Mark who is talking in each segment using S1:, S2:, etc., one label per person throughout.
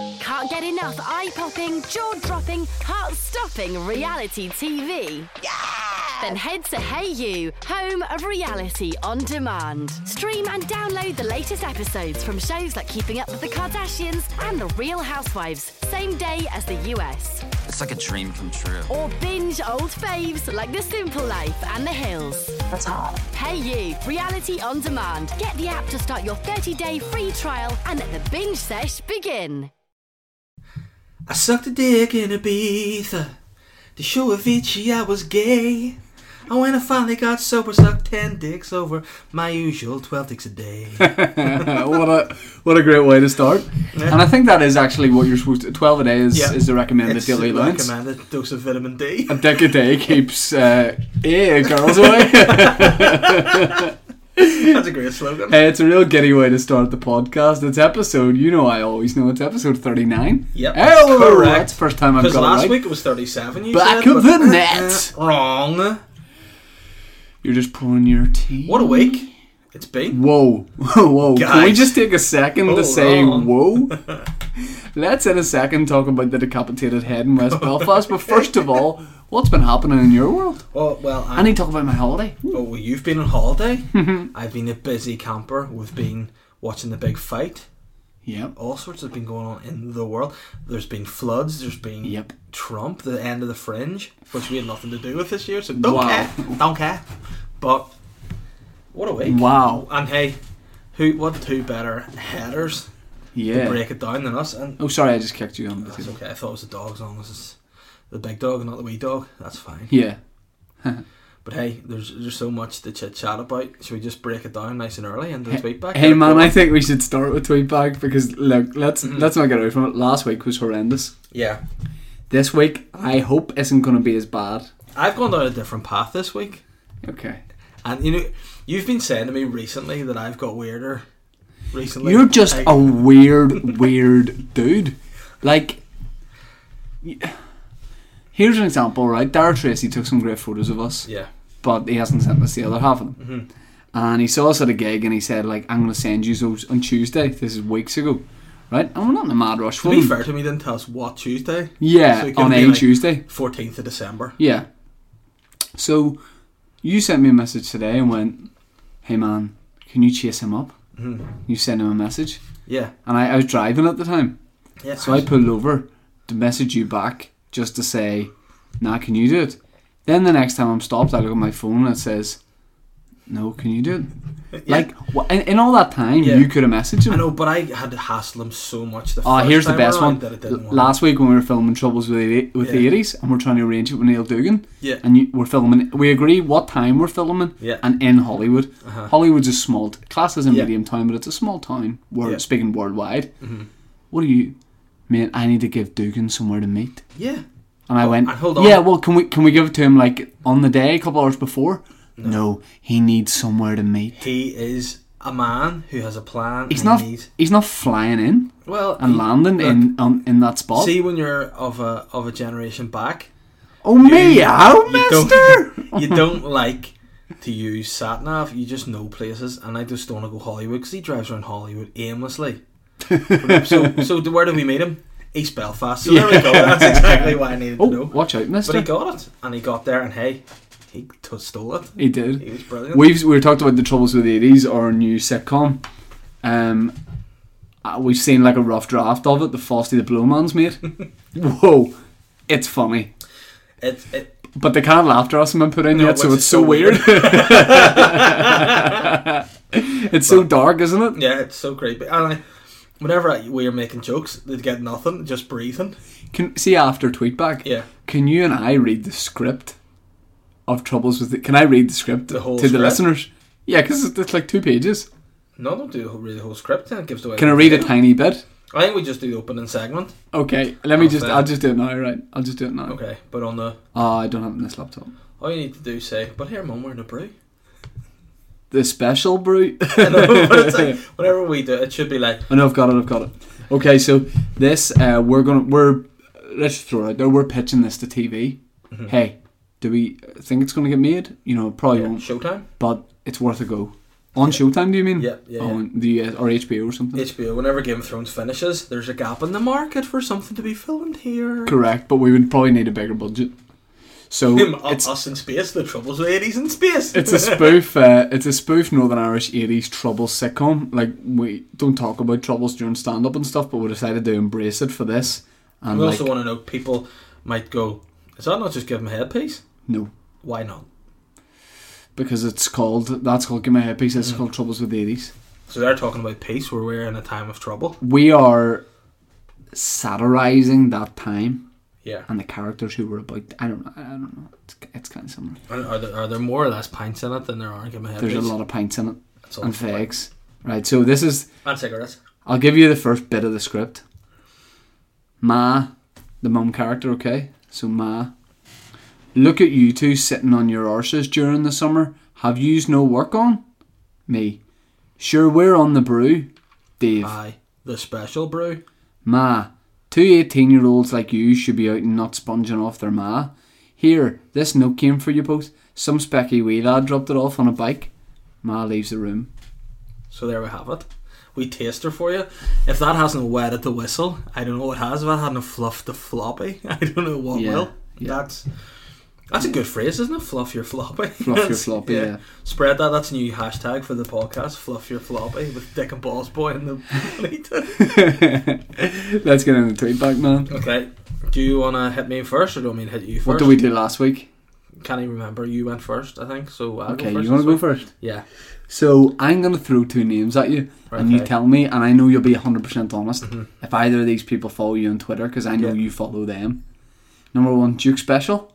S1: can't get enough eye popping, jaw dropping, heart stopping reality TV. Then head to Hey You, home of reality on demand. Stream and download the latest episodes from shows like Keeping Up with the Kardashians and The Real Housewives, same day as the US.
S2: It's like a dream come true.
S1: Or binge old faves like The Simple Life and The Hills.
S3: That's hot.
S1: Hey You, reality on demand. Get the app to start your 30 day free trial and let the binge sesh begin.
S4: I sucked a dick in Ibiza to show Avicii I was gay. And when I finally got sober, sucked 10 dicks over my usual 12 dicks a day.
S5: what a what a great way to start. And I think that is actually what you're supposed to. Twelve a day is,
S4: Yeah.
S5: is the recommended
S4: It's
S5: daily allowance.
S4: recommended dose of vitamin D.
S5: A dick a day keeps uh, eh, girls away.
S4: That's a great slogan.
S5: Hey, it's a real giddy way to start the podcast. It's episode, you know, I always know it's episode 39.
S4: Yep,
S5: Oh,
S4: correct.
S5: That's the first time I've
S4: Because
S5: got it
S4: last
S5: right.
S4: week it was 37. You
S5: Back
S4: said,
S5: of
S4: but-
S5: the net.
S4: Wrong.
S5: You're just pouring your tea.
S4: What a week it's been.
S5: Whoa, whoa, whoa. Can we
S4: Guys. Oh,
S5: just take a second to
S4: Hold
S5: say
S4: on.
S5: whoa? Let's in a second talk about the decapitated head in West Belfast, but first of all, what's been happening in your world?
S4: Oh, well,
S5: I
S4: I,
S5: need to talk about my holiday.
S4: oh, well, you've been on holiday. I've been a busy camper. We've been watching the big fight.
S5: Yep.
S4: all sorts have been going on in the world. There's been floods. There's been
S5: Yep.
S4: Trump, the end of the fringe, which we had nothing to do with this year. So don't
S5: Wow.
S4: care, don't care. But what a week!
S5: Wow.
S4: And hey, who? What two better headers to
S5: Yeah.
S4: break it down than us? And
S5: Oh, sorry, I just kicked you on the
S4: that's
S5: table.
S4: okay. I thought it was the dog. As long as it's the big dog and not the wee dog, that's fine.
S5: Yeah.
S4: But hey, there's there's so much to chit chat about. Should we just break it down nice and early and do the tweet back?
S5: Hey man, I think we should start with Tweetback because look, let's let's not get away from it. Last week was horrendous.
S4: yeah.
S5: This week, I hope isn't going to be as bad.
S4: I've gone down a different path this week.
S5: Okay.
S4: And you know, you've been saying to me recently that I've got weirder. Recently,
S5: You're just
S4: I-
S5: a weird, weird dude. Like, y- here's an example, right? Dara Tracy took some great photos of us,
S4: yeah,
S5: but he hasn't sent us the other half of them.
S4: Mm-hmm.
S5: And he saw us at a gig, and he said, "Like, I'm going to send you those on Tuesday. This is weeks ago, right? And we're not in a mad rush
S4: to
S5: for
S4: be
S5: them.
S4: fair to me, didn't tell us what Tuesday.
S5: Yeah,
S4: So it could
S5: on
S4: be
S5: a
S4: like-
S5: Tuesday.
S4: Fourteenth of December.
S5: Yeah. So you sent me a message today and went, "Hey man, can you chase him up?" Mm-hmm. You sent him a message,
S4: Yeah,
S5: and I, I was driving at the time,
S4: yeah.
S5: so I pulled over to message you back just to say, "Nah, can you do it?" Then the next time I'm stopped, I look at my phone and it says, "No, can you do it?" Like wha- in, in all that time,
S4: Yeah.
S5: you could have messaged him.
S4: I know, but I had to hassle him so much. The
S5: Oh,
S4: first
S5: here's the
S4: time
S5: best
S4: around
S5: one.
S4: That I didn't
S5: L-
S4: want.
S5: Last week when we were filming Troubles with the, with the
S4: Yeah.
S5: 80s and we're trying to arrange it with Neil Dugan.
S4: Yeah.
S5: And you, we're filming, we agree what time we're filming
S4: Yeah. Uh-huh.
S5: and in Hollywood. Hollywood's a small, t- class is a
S4: Yeah.
S5: medium town, but it's a small town, world,
S4: Yeah. Mm-hmm.
S5: speaking worldwide. What do you, mate, I need to give Dugan somewhere to meet.
S4: yeah,
S5: And I went,
S4: Oh, and hold on.
S5: yeah, well, can we can we give it to him like on the day, a couple hours before? No, he needs somewhere to meet.
S4: he is a man who has a plan.
S5: He's
S4: and
S5: not.
S4: He needs,
S5: He's not flying in
S4: well,
S5: and
S4: he-
S5: landing
S4: look,
S5: in on, in that spot.
S4: See, when you're of a of a generation back,
S5: oh me, how
S4: you
S5: mister?
S4: Don't, you don't like to use sat nav. You just know places, and I just don't want to go Hollywood because he drives around Hollywood aimlessly. so, so do- where do we meet him? East Belfast. So there we go. That's exactly what I needed
S5: Oh,
S4: to know.
S5: watch out, mister.
S4: But he got it, and he got there, and hey, he t- stole it.
S5: He did.
S4: He was brilliant.
S5: We've we talked about the troubles with the eighties, our new sitcom. Um, uh, we've seen like a rough draft of it. The Frosty the Blue Man's made. Whoa, it's funny,
S4: It, it,
S5: but they can't laugh at us and been put in
S4: No,
S5: yet, so
S4: which
S5: it's
S4: is
S5: so
S4: so
S5: weird. it's so dark, isn't it?
S4: yeah, it's so great. But and I, whenever I, we were making jokes, they'd get nothing, just breathing.
S5: Can see after tweetback.
S4: Yeah.
S5: Can you and I read the script of troubles with? The, can I read the script
S4: The whole
S5: to the
S4: script?
S5: listeners? Yeah, because it's, it's like two pages.
S4: No, don't do the whole- read the whole script. Then it gives away.
S5: Can I
S4: the
S5: read a
S4: video.
S5: tiny bit?
S4: I think we just do the opening segment.
S5: Okay, let me
S4: Oh,
S5: just.
S4: fair.
S5: I'll just do it now, right? I'll just do it now.
S4: Okay, but on the
S5: Oh, I don't have it on this laptop.
S4: All you need to do is say, but here, mum, we're in a brew.
S5: The special brew.
S4: I know, but it's like, whenever we do it, it should be like,
S5: I know I've got it. I've got it. Okay, so this uh, we're gonna we're let's just throw it out there. We're pitching this to TV. Hey, do we think it's gonna get made? You know, it probably
S4: Mm-hmm. yeah,
S5: won't.
S4: showtime.
S5: But it's worth a go. On Showtime, do you mean?
S4: Yeah, yeah,
S5: Oh,
S4: yeah.
S5: on the uh, or HBO or something.
S4: HBO, whenever Game of Thrones finishes, there's a gap in the market for something to be filmed here.
S5: Correct, but we would probably need a bigger budget. So
S4: Him, u-
S5: it's
S4: us in space, the troubles with 80s in space.
S5: it's a spoof. Uh, it's a spoof Northern Irish '80s troubles sitcom. Like we don't talk about troubles during stand-up and stuff, but we decided to embrace it for this. And
S4: we
S5: like,
S4: also want to know people might go, is that not just give him a headpiece?
S5: no,
S4: Why not?
S5: because it's called that's called Give Me a Headpiece. It's called Troubles with the '80s.
S4: So they're talking about peace where we're in a time of trouble.
S5: We are satirizing that time
S4: Yeah.
S5: and the characters who were about. I don't. know. I don't know. It's, it's kind of similar.
S4: Are, are, there, are there more or less pints in it than there are in give him a headpiece?
S5: There's a lot of pints in it
S4: That's all
S5: and
S4: for it.
S5: fags. Right. So this is
S4: And cigarettes.
S5: I'll give you the first bit of the script. Ma, the mum character, okay? So Ma, look at you two sitting on your arses during the summer. Have yous no work on? Me, sure we're on the brew. Dave,
S4: Aye. The special brew.
S5: Ma, two 18 year olds like you should be out and not sponging off their ma. Here, this note came for you both. Some specky wee lad dropped it off on a bike. Ma leaves the room.
S4: So there we have it. We taste her for you. If that hasn't wetted the whistle, I don't know what has. If that hadn't fluffed the floppy, I don't know what
S5: Yeah,
S4: will.
S5: yeah.
S4: That's that's a good phrase, isn't it? Fluff your floppy.
S5: your
S4: That's-
S5: floppy, yeah.
S4: Spread that. That's a new hashtag for the podcast. Fluff your floppy with Dick and Balls Boy in the.
S5: Let's get into the feedback, man.
S4: okay. Do you want to hit me first, or do you want me to hit you first?
S5: What did we do last week?
S4: Can't even remember. You went first, I think. So I'll
S5: Okay,
S4: go first
S5: you want
S4: this
S5: to go
S4: week.
S5: first?
S4: Yeah.
S5: So I'm going to throw two names at you, and you
S4: Okay. Mm-hmm.
S5: tell me, and I know you'll be 100% honest if either of these people follow you on Twitter, because I know
S4: Yeah.
S5: you follow them. Number one, Duke Special.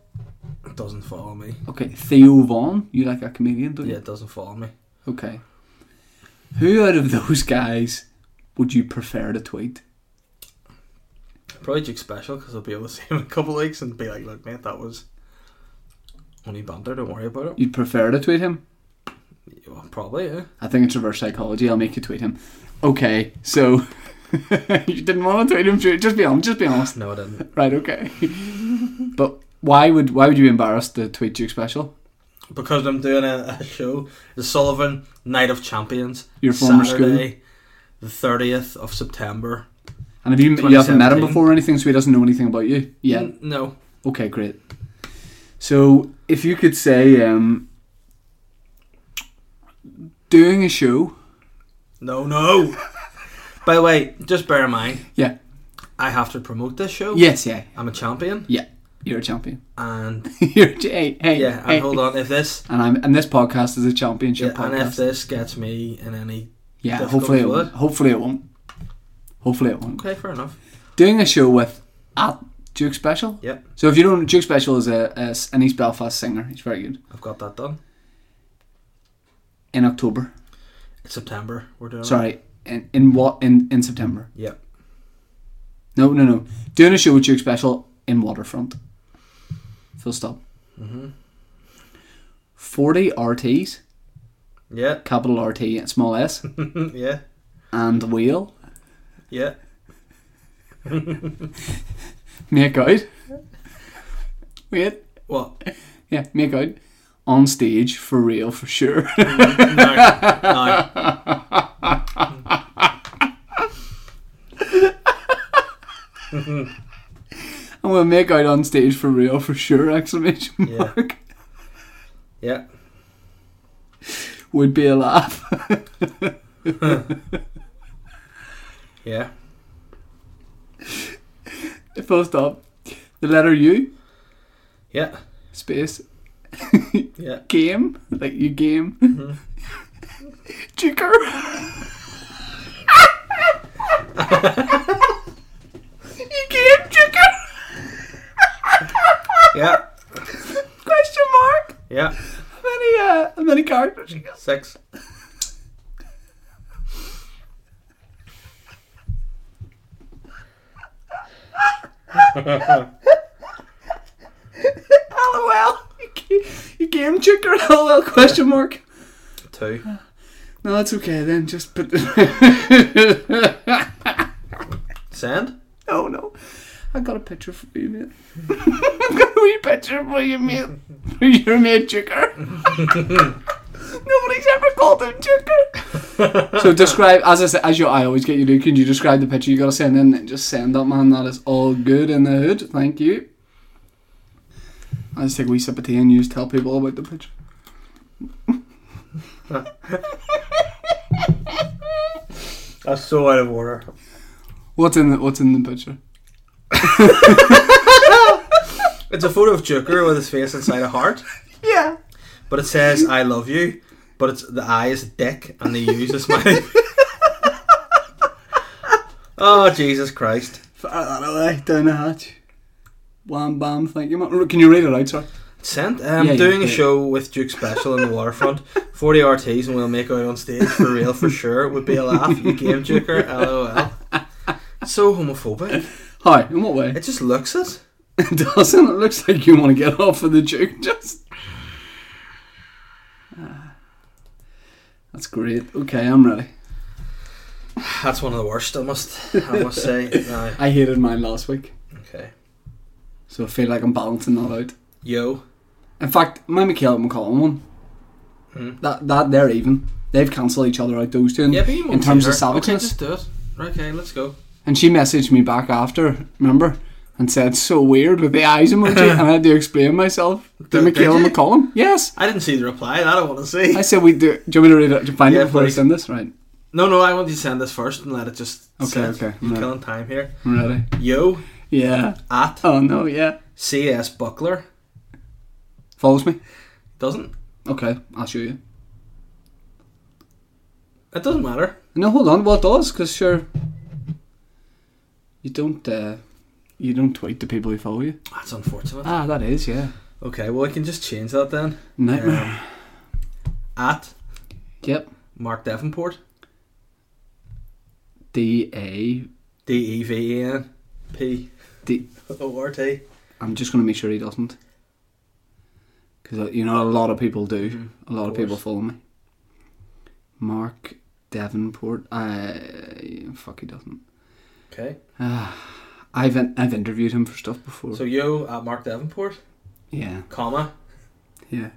S4: It doesn't follow me.
S5: Okay, Theo Vaughn. You like that comedian, don't
S4: Yeah,
S5: you?
S4: it doesn't follow me.
S5: Okay. Who out of those guys would you prefer to tweet?
S4: Probably Duke Special because I'll be able to see him in a couple of weeks and be like, look, mate, that was only banter. Don't worry about it.
S5: You'd prefer to tweet him?
S4: Well, probably, eh? yeah.
S5: I think it's reverse psychology. I'll make you tweet him. Okay, so you didn't want to tweet him. Drew. Just be honest. Just be honest.
S4: No, I didn't.
S5: Right, okay. but why would why would you be embarrassed to tweet Duke Special?
S4: Because I'm doing a, a show, the Sullivan Night of Champions.
S5: Your former
S4: Saturday, the thirtieth of September.
S5: And have you you haven't met him
S4: 2017.
S5: before or anything, so he doesn't know anything about you? Yeah.
S4: N- no.
S5: Okay, great. So if you could say um, doing a show,
S4: No, no. By the way, just bear in mind,
S5: yeah,
S4: I have to promote this show.
S5: yes, yeah,
S4: I'm a champion,
S5: yeah, you're a champion.
S4: and
S5: you're a, ch- hey, hey,
S4: yeah,
S5: hey.
S4: and hold on. If this,
S5: And I'm and this podcast is a championship
S4: and if
S5: podcast.
S4: this gets me in any,
S5: Yeah,
S4: difficult
S5: hopefully it
S4: will
S5: won't.
S4: it?
S5: Hopefully it won't. Hopefully it won't.
S4: okay, fair enough.
S5: Doing a show with at Duke Special.
S4: Yep,
S5: So if you don't, Duke Special is a, a an East Belfast singer. He's very good.
S4: I've got that done.
S5: In October,
S4: It's September. We're doing. it.
S5: sorry, in, in what in in September?
S4: Yep.
S5: No, no, no. Doing a show with Duke Special in Waterfront. Full stop.
S4: Mhm.
S5: Forty RTs,
S4: Yeah.
S5: capital RT, and small S,
S4: yeah.
S5: and wheel
S4: Yeah.
S5: make out. Wait,
S4: What?
S5: yeah, make out on stage for real for sure.
S4: No. no.
S5: I'm gonna make out on stage for real for sure! Exclamation
S4: Yeah.
S5: mark
S4: Yeah.
S5: would be a laugh.
S4: Yeah.
S5: Full stop. The letter U
S4: Yeah.
S5: space
S4: Yeah. Mm-hmm.
S5: game like you game. Duker. you game Duker?
S4: Yeah.
S5: Question mark.
S4: Yeah.
S5: How many uh, how many characters? you got?
S4: Six.
S5: LOL. You ga- You game Duker. LOL. Question mark.
S4: Two.
S5: No, that's okay then. Just put.
S4: Send.
S5: Oh no. I got a picture for you, mate. I got a wee picture for you, mate. For your mate, Chicker. Nobody's ever called him Joker. so describe as I say, as you I always get you do. Can you describe the picture you gotta send in and just send that man that is all good in the hood. Thank you. I just take a wee sip of tea and you just tell people about the picture.
S4: That's so out of order.
S5: What's in the What's in the picture?
S4: It's a photo of Joker with his face inside a heart,
S5: Yeah.
S4: but it says "I love you," but it's the eye is a dick, and they use a smiley. oh Jesus Christ!
S5: Fire that away down the hatch. Wham bam. Thank you. ma'am. Can you read it out, sir?
S4: Sent. I'm
S5: Yeah, yeah,
S4: doing a
S5: yeah.
S4: show with Duke Special in the waterfront. Forty RTs, and we'll make out on stage for real for sure. It would be a laugh. You game Joker. LOL. So homophobic.
S5: Hi. In what way?
S4: It just looks it.
S5: It doesn't. It looks like you want to get off of the joke. Just. Ah. That's great. Okay, I'm ready.
S4: That's one of the worst. I must. I must say. Aye.
S5: I hated mine last week,
S4: Okay.
S5: so I feel like I'm balancing that out.
S4: Yo.
S5: In fact, my Michael McCollum one.
S4: Hmm.
S5: That that they're even. They've cancelled each other out those two in,
S4: Yeah, but you
S5: in
S4: won't
S5: terms
S4: see
S5: of
S4: her. Okay,
S5: savageness.
S4: just do it. Right, Okay, let's go.
S5: And she messaged me back after, remember, and said so weird with the eyes emoji, and I had to explain myself to
S4: Did- did
S5: Michael
S4: you?
S5: McCollum. Yes,
S4: I didn't see the reply. That I want to see.
S5: I said we do. Do you want me to read it? Do you find
S4: Yeah,
S5: it before
S4: please.
S5: I send this? Right,
S4: No, no. I want you to send this first and let it just.
S5: Okay,
S4: sit.
S5: okay,
S4: You're
S5: right.
S4: killing time here.
S5: I'm ready.
S4: Yo
S5: Yeah.
S4: at
S5: Oh no, yeah.
S4: CS Buckler
S5: Follows me.
S4: doesn't.
S5: Okay, I'll show you.
S4: It doesn't matter.
S5: No, hold on. Well, it does, because sure, you don't, uh, you don't tweet to people who follow you.
S4: That's unfortunate.
S5: Ah, that is, yeah.
S4: Okay, well I can just change that then.
S5: Nightmare.
S4: Um, at
S5: Yep.
S4: Mark Davenport.
S5: D A
S4: D E V E N P
S5: D.
S4: O R T.
S5: I'm just gonna make sure he doesn't, because you know a lot of people do.
S4: Mhm,
S5: a lot Mm-hmm. of,
S4: of
S5: people
S4: course.
S5: follow me. Mark Davenport. Uh, fuck, he doesn't.
S4: Okay.
S5: Ah, I've in- I've interviewed him for stuff before.
S4: So yo at Mark Davenport,
S5: yeah,
S4: comma.
S5: yeah.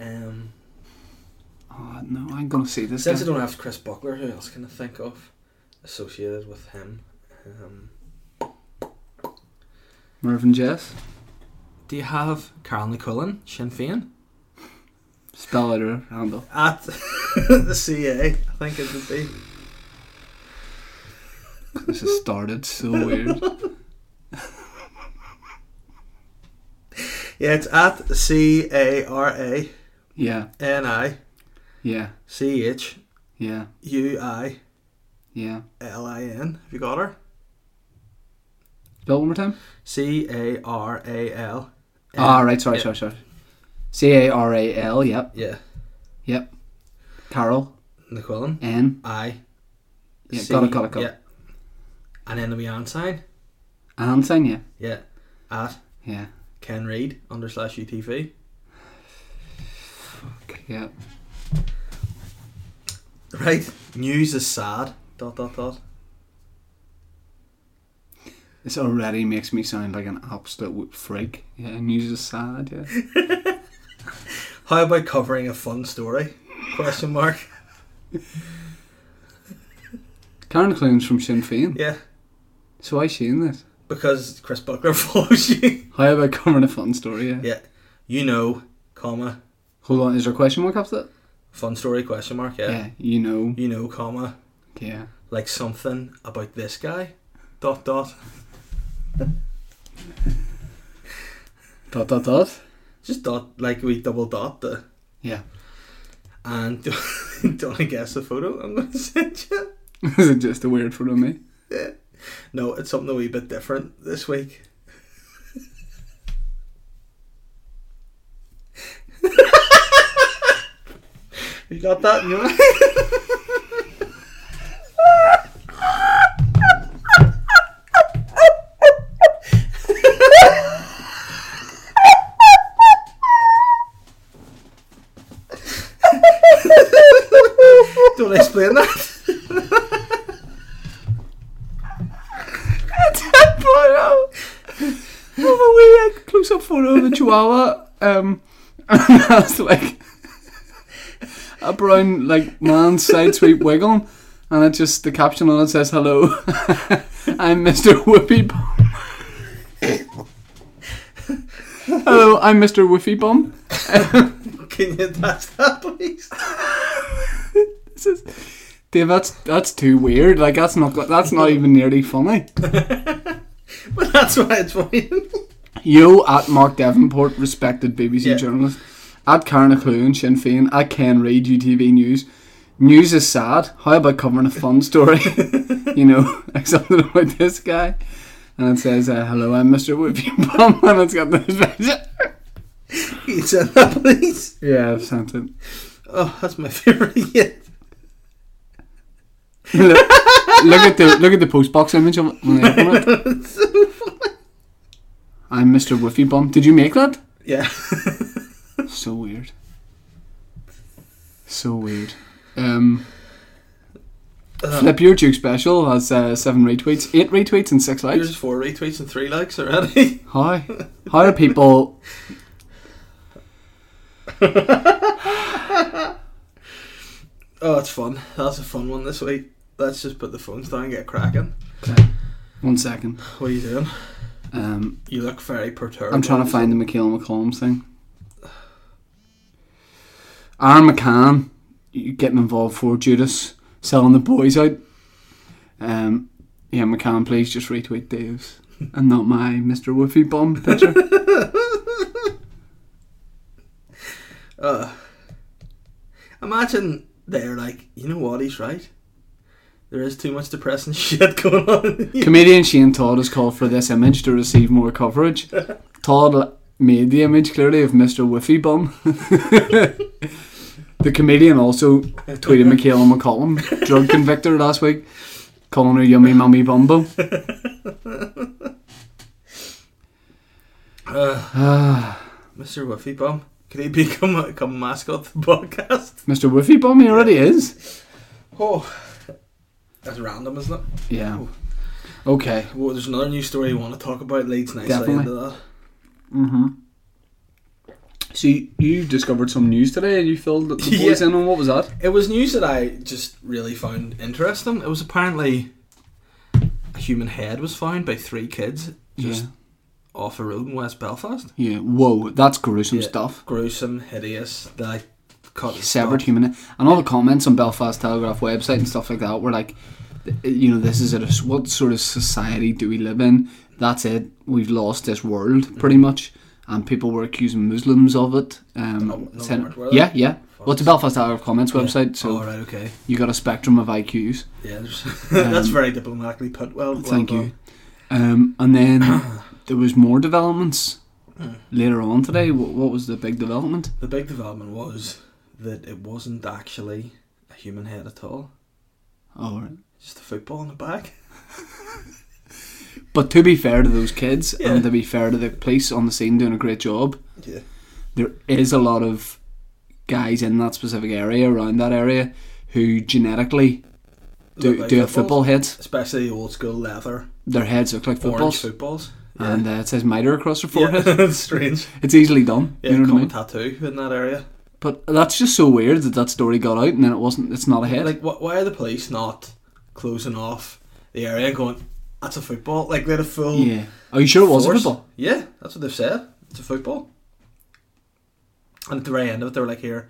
S4: Um,
S5: Oh no, I'm gonna see this.
S4: since I
S5: Guy.
S4: don't have Chris Buckler, who else can I think of associated with him? Um,
S5: Mervyn Jess.
S4: do you have Carl McCullen, Sinn Féin?
S5: Spell it out, handle.
S4: At the CA, I think it would be.
S5: This has started so weird.
S4: Yeah, it's at C A R A
S5: Yeah,
S4: N I
S5: yeah,
S4: C H
S5: yeah,
S4: U I
S5: yeah.
S4: L I N. Have you got her?
S5: Spell it one more time.
S4: C A R A L. N.
S5: Ah, right.
S4: Uh,
S5: Sorry,
S4: yeah.
S5: sorry, sorry. C A R A L. Yep,
S4: Yeah,
S5: yep. Carol
S4: McCullen.
S5: N.
S4: I.
S5: Yeah,
S4: C-
S5: got it, got it, got it.
S4: Yeah. And then the beyond sign.
S5: And sign. Yeah,
S4: Yeah. At
S5: yeah.
S4: Ken Reid under slash E UTV.
S5: Okay, yeah.
S4: Right. News is sad. Dot dot dot.
S5: This already makes me sound like an absolute w- freak. Yeah, news is sad. Yeah.
S4: How about covering a fun story? Question mark.
S5: Karen Clunes from Sinn Féin.
S4: Yeah.
S5: So why is she in this?
S4: Because Chris Buckler follows you.
S5: How about covering a fun story? Yeah.
S4: Yeah. You know, comma,
S5: Hold on. Is there a question mark after that?
S4: fun story question mark, yeah.
S5: You know.
S4: You know, comma,
S5: Yeah.
S4: like something about this guy. Dot dot.
S5: Dot dot dot.
S4: Just dot like we double dot the
S5: Yeah.
S4: and do, do you wanna guess the photo I'm gonna send you?
S5: is it just a weird photo of me?
S4: No, it's something a wee bit different this week. you got that? You know? Don't explain that.
S5: photo of a weird close up photo of a chihuahua. Um, and that's like a brown like man side sweep wiggling, and it just the caption on it says "Hello, I'm Mr. Whoopie Bum." Hello, I'm Mr. Woofy Bum.
S4: Can you touch that, please?
S5: Dave, that's that's too weird. Like that's not go- that's not even nearly funny.
S4: But that's why it's funny.
S5: Yo at Mark Davenport, respected BBC
S4: Yeah.
S5: journalist. At Karen O'Cloon, Sinn Féin. At Ken Reid, UTV News. News is sad. How about covering a fun story? you know, like something about this guy. And it says, uh, hello, I'm Mr. Whoopie Bum. And it's got this picture.
S4: Can you send that, please?
S5: Yeah, I've sent it.
S4: Oh, that's my favourite yet.
S5: Look, look at the look at the postbox image of it when they open it. I'm Mr. Woofy Bum. Did you make that?
S4: Yeah.
S5: So weird. So weird. Um,
S4: Um,
S5: Flip Your Duke Special has uh, seven retweets, eight retweets, and six
S4: Yours
S5: likes.
S4: is four retweets and three likes already.
S5: How? How are people.
S4: Oh, that's fun. That's a fun one this week. Let's just put the phones down and get cracking.
S5: One second.
S4: What are you doing?
S5: Um,
S4: You look very perturbed.
S5: I'm trying to find the McKeel McCombs thing. Aaron McCann, you getting involved for Judas, selling the boys out. Um, yeah, McCann, please just retweet Dave's and not my Mr. Woofy Bum picture.
S4: Uh, imagine they're like, you know what? He's right. There is too much depressing shit going on.
S5: Comedian Shane Todd has called for this image to receive more coverage. Todd l- made the image clearly of Mr. Woofy Bum. the comedian also tweeted Michaela McCollum, drug convictor last week, calling her yummy mummy bumbo.
S4: Uh,
S5: Ah,
S4: Mr. Woofy Bum, could he become a, become a mascot of the podcast?
S5: Mr. Woofy Bum, he already is.
S4: Oh, that's random, isn't it?
S5: Yeah. Okay.
S4: Well, there's another news story you want to talk about. Leads nicely
S5: Definitely.
S4: into that.
S5: Mm-hmm. So you, you discovered some news today and you filled the
S4: Yeah.
S5: boys in on what was that?
S4: It was news that I just really found interesting. It was apparently a human head was found by three kids just
S5: Yeah.
S4: off a road in West Belfast.
S5: Yeah. Whoa, that's gruesome
S4: Yeah.
S5: stuff.
S4: Gruesome, hideous. They like, cut the stomach.
S5: severed human. And all the comments on Belfast Telegraph website and stuff like that were like, th- you know, this is it. What sort of society do we live in? That's it. We've lost this world pretty
S4: Mm-hmm.
S5: much. And people were accusing Muslims of it. Um,
S4: Oh, no
S5: saying-
S4: word, were they?
S5: yeah, yeah. Well, it's a Belfast Telegraph comments website, so
S4: oh, right, okay.
S5: you got a spectrum of IQs.
S4: Yeah, there's- that's
S5: Um,
S4: very diplomatically put. Well, well
S5: Thank
S4: done.
S5: you. Um, and then there was more developments
S4: Mm.
S5: later on today. What, what was the big development?
S4: The big development was that it wasn't actually a human head at all.
S5: Oh, right.
S4: Just a football on the back.
S5: But to be fair to those kids,
S4: Yeah.
S5: and to be fair to the police on the scene doing a great job,
S4: Yeah.
S5: there is a lot of guys in that specific area, around that area, who genetically do,
S4: Look like
S5: do a
S4: footballs.
S5: football hit.
S4: Especially old school leather,
S5: Their heads look like
S4: orange
S5: footballs,
S4: footballs.
S5: and uh, it says mitre across their forehead.
S4: Yeah, it's strange.
S5: It's easily done.
S4: Yeah,
S5: you know what I
S4: common
S5: mean?
S4: tattoo in that area.
S5: But that's just so weird that that story got out, and then it wasn't. It's not a head.
S4: Like, wh- why are the police not closing off the area and going, that's a football? Like, they're a full.
S5: yeah. Are you sure it was a
S4: force.
S5: football?
S4: Yeah, that's what they've said. It's a football. And at the very end of it, they were like, here,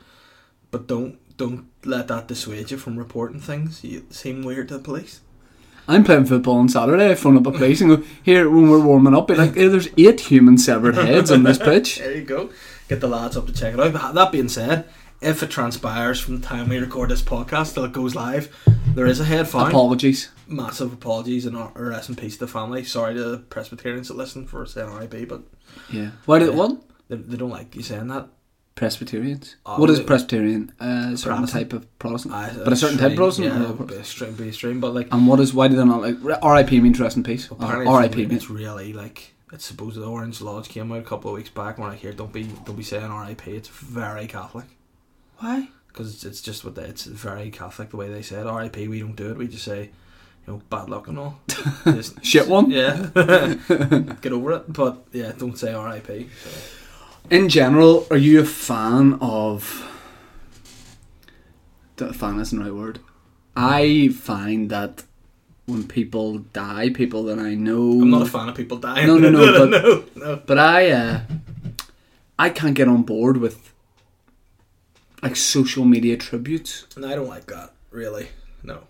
S4: but don't don't let that dissuade you from reporting things. You seem weird to the police.
S5: I'm playing football on Saturday. I phone up a place and go here when we're warming up. Be like, hey, there's eight human severed heads on this pitch.
S4: There you go. Get the lads up to check it out. But that being said, if it transpires from the time we record this podcast till it goes live, there is a head found.
S5: Apologies.
S4: Massive apologies and our rest in peace to the family. Sorry to the Presbyterians that listen for saying RIP, but
S5: Yeah. Why did
S4: Yeah.
S5: what?
S4: they, they don't like you saying that.
S5: Presbyterians.
S4: Oh,
S5: what is
S4: the-
S5: Presbyterian? Uh, a certain
S4: Protestant.
S5: type of Protestant.
S4: I-
S5: but a certain type of
S4: extreme,
S5: Protestant.
S4: Yeah,
S5: or-
S4: it would be extreme, be extreme, but like
S5: and what is? Why do they not like? R.I.P. means rest in peace. Uh,
S4: Apparently,
S5: Or
S4: it's,
S5: R.I.P.
S4: it's
S5: means.
S4: really like it's supposed the Orange Lodge came out a couple of weeks back. and We're like, here, don't be, don't be saying RIP. It's very Catholic
S5: Why?
S4: because it's, it's just what they, it's very Catholic the way they say it. RIP, we don't do it. We just say, you know, bad luck and all. Just-
S5: Shit one.
S4: Yeah, get over it. But yeah, don't say RIP.
S5: In general, are you a fan of th- fan isn't the right word. I find that when people die, people that I know,
S4: I'm not a fan of people dying.
S5: Mm. No, no, no,
S4: no,
S5: but-
S4: no, no.
S5: but I, uh, I can't get on board with like social media tributes.
S4: No, I don't like that. Really, no.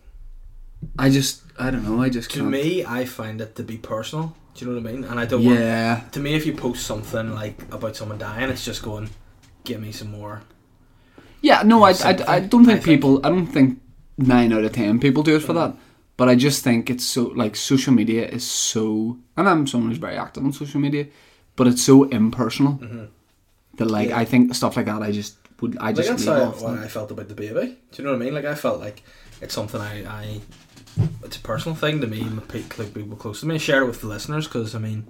S5: I just, I don't know. I just
S4: To
S5: can't.
S4: me, I find it to be personal. Do you know what I mean? And I don't want
S5: yeah,
S4: to me if you post something like about someone dying it's just going give me some more
S5: yeah. No, I, I,
S4: Sympathy,
S5: I don't
S4: I think.
S5: think people. I don't think nine out of ten people do it for that. But I just think it's so like social media is so, and I'm someone who's very active on social media, but it's so impersonal that like
S4: Mm-hmm. Yeah.
S5: I think stuff like that. I just would. I
S4: like
S5: just
S4: that's
S5: leave
S4: how,
S5: off.
S4: what
S5: that.
S4: I felt about the baby do you know what I mean like I felt like it's something I, I it's a personal thing to me and the pe- like people close to me I share it with the listeners because I mean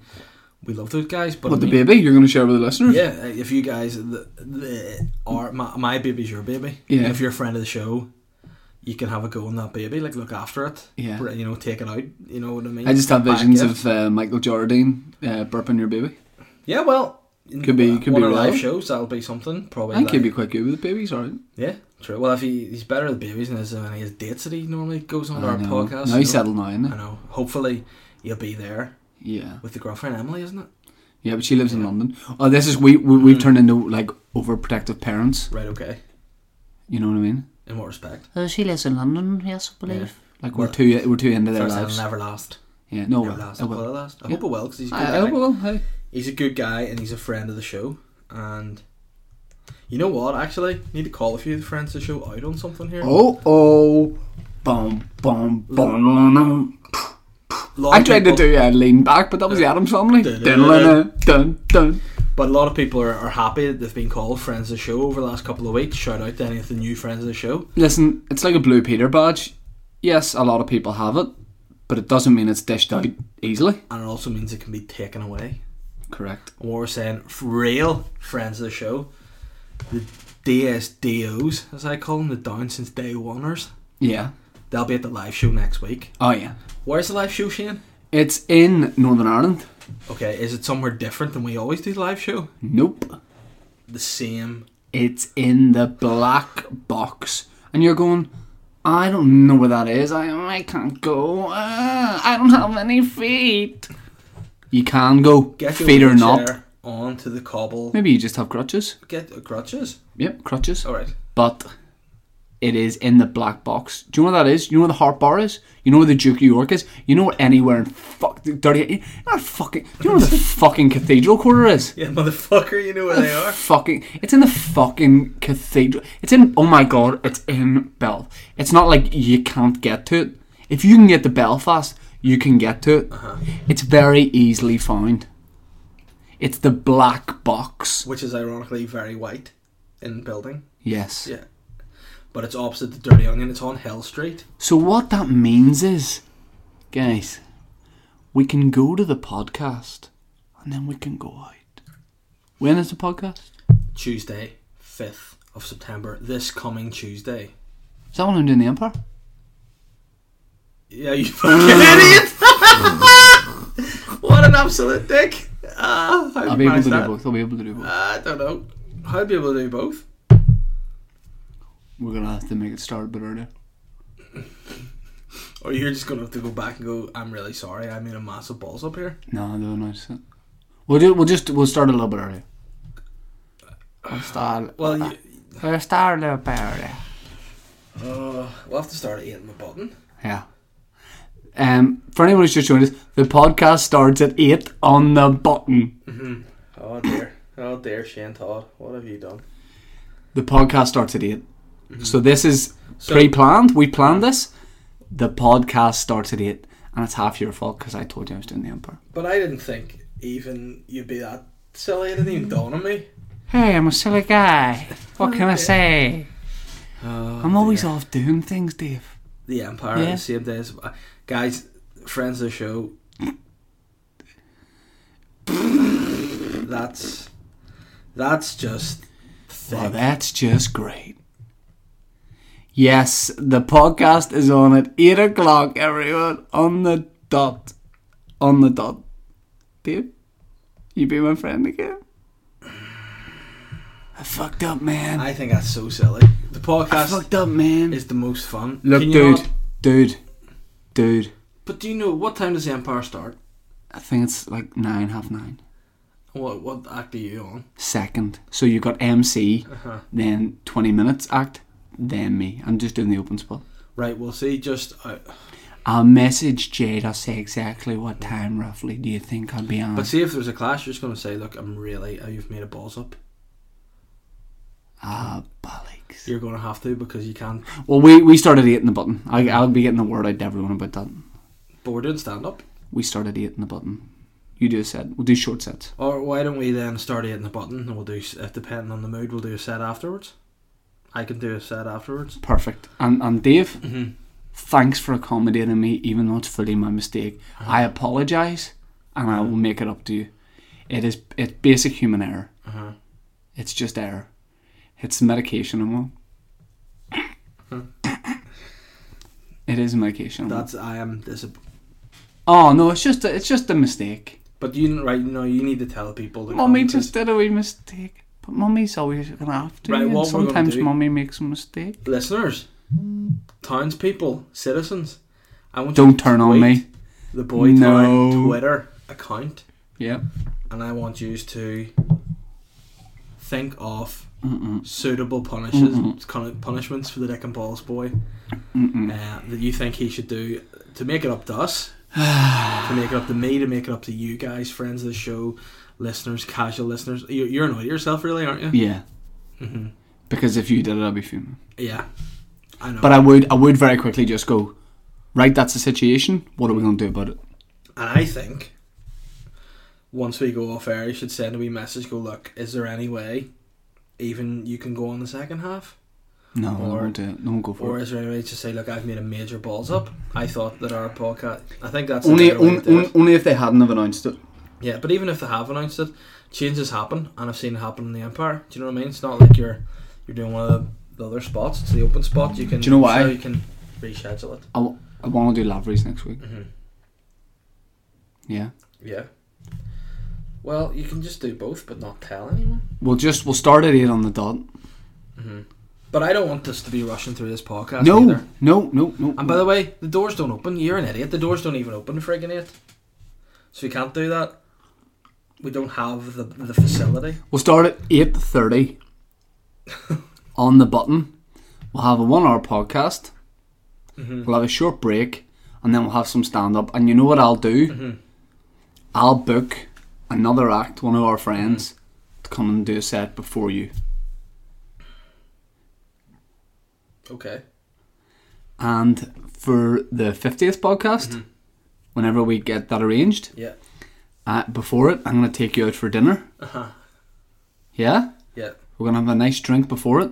S4: we love those guys but
S5: What
S4: I
S5: the
S4: mean,
S5: baby? You're going to share with the listeners?
S4: yeah if you guys the, the, are my, my baby's your baby
S5: Yeah.
S4: if you're a friend of the show you can have a go on that baby like look after it
S5: Yeah.
S4: Br- you know take it out you know what I mean
S5: I just have
S4: Buy a
S5: visions
S4: gift.
S5: of uh, Michael Jardine uh, burping your baby.
S4: yeah well uh,
S5: Could be- could
S4: one
S5: be
S4: of the live
S5: relevant.
S4: shows that'll be something probably
S5: I think he'd
S4: like-
S5: be quite good with babies, alright.
S4: Yeah, true. Well, if he, he's better at babies than his, than his dates that he normally goes on to our podcast.
S5: Now
S4: you
S5: he's
S4: know.
S5: settled now, isn't
S4: I
S5: he?
S4: know. Hopefully, you'll be there
S5: Yeah,
S4: with the girlfriend Emily, isn't it?
S5: yeah, but she lives in London. Oh, this is we, we we've turned into like overprotective parents.
S4: Right. Okay.
S5: You know what I mean?
S4: In what respect?
S5: Oh, she lives in London. Yes, I
S4: believe.
S5: Like we're too we're too into their
S4: First
S5: lives.
S4: it'll never last.
S5: Yeah, no,
S4: Never
S5: well,
S4: last.
S5: it
S4: Will
S5: will.
S4: it last? I
S5: Yeah.
S4: hope it will because he's a good
S5: I,
S4: guy.
S5: I will. Uh, oh, Hey.
S4: He's a good guy and he's a friend of the show. And you know what? Actually, need to call a few of the friends of the show out on something here.
S5: Oh oh, boom boom boom.
S4: Lot
S5: I
S4: of
S5: tried to
S4: people-
S5: do a lean back, but that was the Adams family.
S4: Dun,
S5: Dun
S4: dun, dun,
S5: dun dun dun.
S4: But a lot of people are, are happy that they've been called friends of the show over the last couple of weeks. Shout out to any of the new friends of the show.
S5: Listen, it's like a Blue Peter badge. Yes, a lot of people have it, but it doesn't mean it's dished out easily.
S4: And it also means it can be taken away.
S5: Correct.
S4: what we're saying, f- real friends of the show, the DSDOs, as I call them, the down since day oneers,
S5: Yeah.
S4: they'll be at the live show next week.
S5: Oh yeah.
S4: Where's the live show, Shane?
S5: It's in Northern Ireland.
S4: Okay, is it somewhere different than we always do the live show?
S5: Nope.
S4: The same.
S5: It's in the black box, and you're going. I don't know where that is. I I can't go. Ah, I don't have any feet. You can go,
S4: Get your
S5: feet or
S4: wheelchair
S5: not.
S4: onto the cobble.
S5: Maybe you just have crutches.
S4: Get uh, crutches.
S5: Yep, crutches.
S4: All right.
S5: but it is in the black box. Do you know what that is? You know where the Heart Bar is? You know where the Duke of York is? You know where anywhere in fuck dirty? You know where fucking. You know where the fucking Cathedral Quarter is?
S4: Yeah, motherfucker, you know where they are.
S5: Fucking. It's in the fucking cathedral. It's in. Oh my god. It's in Belf. It's not like you can't get to it. If you can get to Belfast, you can get to it.
S4: Uh-huh.
S5: It's very easily found. It's the black box.
S4: Which is ironically very white in building.
S5: Yes.
S4: Yeah. But it's opposite the Dirty Onion. It's on Hill Street.
S5: So what that means is, guys, we can go to the podcast and then we can go out. When is the podcast?
S4: Tuesday, 5th of September. This coming Tuesday.
S5: Is that when I'm doing the Empire?
S4: Yeah, you fucking idiot! what an absolute dick! Uh, how'd
S5: I'll
S4: you
S5: be able
S4: manage
S5: to do
S4: that? Ah,
S5: both. I'll be able to do both.
S4: I don't know. How'd you be able to do both?
S5: We're gonna have to make it start a bit earlier.
S4: Or you're just gonna have to go back and go, I'm really sorry, I made a massive balls up here.
S5: No, they'll announce it. We'll do. We'll just. We'll start a little bit earlier. We'll start.
S4: Well, you,
S5: We'll start a little bit earlier.
S4: uh, we'll have to start at 8 in the button.
S5: Yeah. Um, for anyone who's just joined us, the podcast starts at eight on the button.
S4: Oh dear. Oh dear, Shane Todd, what have you done?
S5: The podcast starts at 8. Mm-hmm. So this is
S4: So-
S5: pre planned. We planned this. The podcast starts at 8. And it's half your fault because I told you I was doing the Empire.
S4: But I didn't think even you'd be that silly, it didn't even dawn on me.
S5: Hey, I'm a silly guy. What can I say?
S4: Uh,
S5: I'm always off doing things, Dave.
S4: The Empire,
S5: Yeah.
S4: the same day as. Uh, Guys, friends of the show. that's. That's just. Thick.
S5: Well, that's just great. Yes, the podcast is on at 8 o'clock, everyone. On the dot. On the dot. Dave, you be my friend again? I fucked up, man. I,
S4: I think that's so silly. The podcast
S5: fucked up, man.
S4: is the most fun.
S5: Look,
S4: Can you
S5: dude,
S4: not-
S5: dude, dude.
S4: but do you know what time does the Empire start?
S5: I think it's like nine, half nine.
S4: What what act are you on?
S5: Second. So you got MC,
S4: Uh-huh.
S5: then twenty minutes act, then me. I'm just doing the open spot.
S4: Right, we'll see. Just uh,
S5: I'll message Jade. I'll say exactly what time roughly do you think I'll be on.
S4: but see if there's a clash. You're just gonna say, look, I'm really uh, you've made a balls up.
S5: Ah, bollocks.
S4: You're gonna have to because you can't.
S5: Well, we, we started eating the button. I, I'll be getting the word out to everyone about that.
S4: But we're doing stand up.
S5: We started eating the button. You do a set. We'll do short sets.
S4: Or why don't we then start hitting the button and we'll do, if depending on the mood, we'll do a set afterwards. I can do a set afterwards.
S5: Perfect. And and Dave,
S4: Mhm.
S5: thanks for accommodating me, even though it's fully my mistake.
S4: Uh-huh.
S5: I apologise, and I will make it up to you. It is it's basic human error.
S4: Uh-huh.
S5: It's just error. It's medication I'm on. It is medication. I'm on.
S4: Uh-huh. That's, I am disappointed.
S5: Oh no, it's just a, it's just a mistake.
S4: But you, right, no, you need to tell people. the
S5: Mummy
S4: context.
S5: just did a wee mistake. But mummy's always gonna have to.
S4: Right,
S5: and
S4: what we're gonna
S5: sometimes
S4: do-
S5: mummy makes a mistake.
S4: Listeners, townspeople, citizens, I want you
S5: Don't
S4: to
S5: turn on
S4: tweet
S5: me.
S4: The Boy
S5: No.
S4: Town Twitter account,
S5: Yeah.
S4: and I want you to think of
S5: Mm-mm.
S4: suitable punishes, con- punishments for the Dick and Balls boy
S5: Mm-mm.
S4: uh, that you think he should do to make it up to us, to make it up to me, to make it up to you guys, friends of the show, listeners, casual listeners. You- You're annoyed at yourself, really, aren't you?
S5: Yeah.
S4: hmm
S5: Because if you did it, I'd be fuming.
S4: Yeah. I know.
S5: But I would, I would very quickly just go. Right, that's the situation. What are we gonna do about it?
S4: And I think once we go off air, you should send a wee message. Go look. Is there any way even you can go on the second half,
S5: No, I
S4: Or-
S5: won't do it. No, go for
S4: or
S5: it.
S4: is there any way to say, look, I've made a major balls up? I thought that our podcast. I think that's the
S5: Only,
S4: better way to
S5: on,
S4: do
S5: on,
S4: it.
S5: only if they hadn't have announced it.
S4: Yeah, but even if they have announced it, changes happen, and I've seen it happen in the Empire. Do you know what I mean? It's not like you're you're doing one of the, the other spots. It's the open spot. You can.
S5: Do you know why?
S4: So you can reschedule it.
S5: I, w- I want to do Lavery's next week.
S4: Mhm.
S5: Yeah.
S4: Yeah. Well, you can just do both, but not tell anyone.
S5: We'll just we'll start at eight on the dot.
S4: But I don't want this to be rushing through this podcast
S5: No,
S4: either.
S5: no, no, no.
S4: And by the way, the doors don't open. You're an idiot. The doors don't even open friggin' it. So we can't do that. We don't have the, the facility.
S5: We'll start at eight thirty on the button. We'll have a one-hour podcast. We'll have a short break, and then we'll have some stand-up. And you know what I'll do? I'll book another act, one of our friends, to come and do a set before you.
S4: Okay.
S5: And for the fiftieth podcast, whenever we get that arranged,
S4: Yeah.
S5: uh, before it, I'm going to take you out for dinner.
S4: Uh-huh.
S5: Yeah.
S4: Yeah.
S5: We're gonna have a nice drink before it,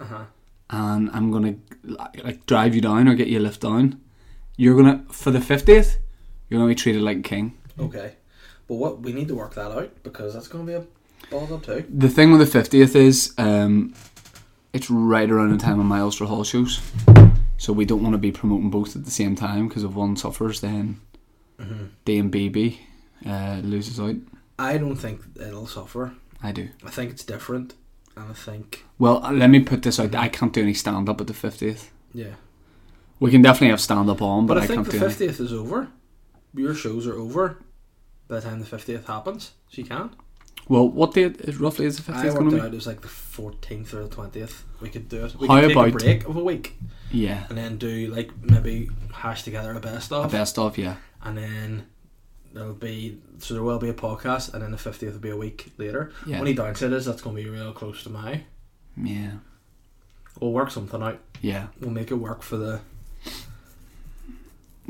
S4: Uh-huh.
S5: and I'm gonna like, like drive you down or get you a lift down. You're gonna for the fiftieth, you're gonna be treated like a king.
S4: Okay. But what we need to work that out because that's going to be a balls up too.
S5: The thing with the fiftieth is, um, it's right around the time of my Ulster Hall shows, so we don't want to be promoting both at the same time because if one suffers, then
S4: Mm-hmm.
S5: D and BB uh, loses out.
S4: I don't think it'll suffer.
S5: I do.
S4: I think it's different. And I think,
S5: Well, uh, let me put this out. I can't do any stand up at the fiftieth.
S4: yeah.
S5: We can definitely have stand up on,
S4: But,
S5: but,
S4: I,
S5: I,
S4: think
S5: can't
S4: the
S5: do any.
S4: 50th is over. Your shows are over by the time the 50th happens. So you can't.
S5: Well, what date is roughly is the
S4: I
S5: fiftieth going
S4: worked
S5: to
S4: it
S5: be?
S4: out. It was like the fourteenth or the twentieth. We could do it. We could
S5: How
S4: take a
S5: about-
S4: break of a week
S5: Yeah.
S4: and then do like maybe hash together a best
S5: A
S4: of,
S5: best of, yeah.
S4: and then there'll be so there will be a podcast, and then the fiftieth will be a week later.
S5: Yeah.
S4: Only downside is that's going to be real close to May.
S5: Yeah.
S4: We'll work something out.
S5: Yeah.
S4: We'll make it work for the,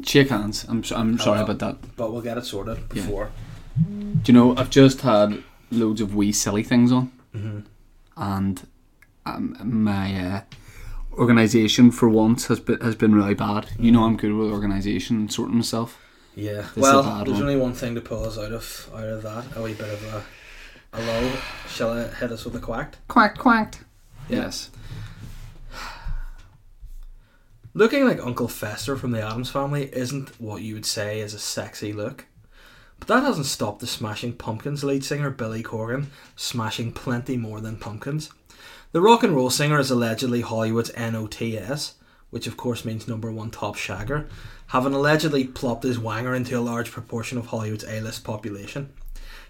S5: Shake hands. I'm, so- I'm sorry
S4: Oh,
S5: about that.
S4: but we'll get it sorted before.
S5: Do you know, I've just had loads of wee silly things on,
S4: Mhm.
S5: and um, my uh, organisation for once has been, has been really bad. You know, I'm good with organisation and sorting myself.
S4: Yeah.
S5: a
S4: well,
S5: bad
S4: there's
S5: one.
S4: only one thing to pull us out of out of that. A wee bit of a, a lull. Shall I hit us with a quacked?
S5: Quack, quacked.
S4: Yeah.
S5: Yes.
S4: Looking like Uncle Fester from the Adams family isn't what you would say is a sexy look, But that hasn't stopped the Smashing Pumpkins lead singer Billy Corgan smashing plenty more than pumpkins. The rock and roll singer is allegedly Hollywood's NOTS, which of course means number one top shagger, having allegedly plopped his wanger into a large proportion of Hollywood's A list population.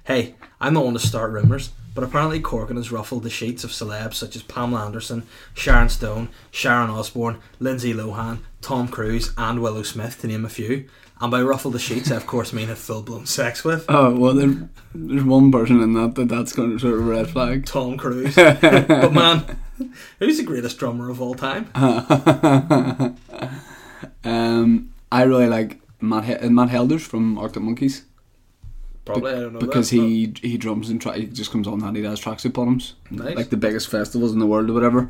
S4: Hey, I'm the one to start rumours, but apparently Corgan has ruffled the sheets of celebs such as Pamela Anderson, Sharon Stone, Sharon Osbourne, Lindsay Lohan, Tom Cruise, and Willow Smith, to name a few. And by ruffle the sheets, I of course mean have full blown sex with.
S5: Oh well, there, there's one person in that, that that's going to sort of red flag.
S4: Tom Cruise. but man, who's the greatest drummer of all time?
S5: um, I really like Matt He- Matt Helders from Arctic Monkeys
S4: Probably, I don't know.
S5: because
S4: that, but-
S5: he he drums and tra- he just comes on and he does tracksuit bottoms,
S4: Nice.
S5: like the biggest festivals in the world or whatever.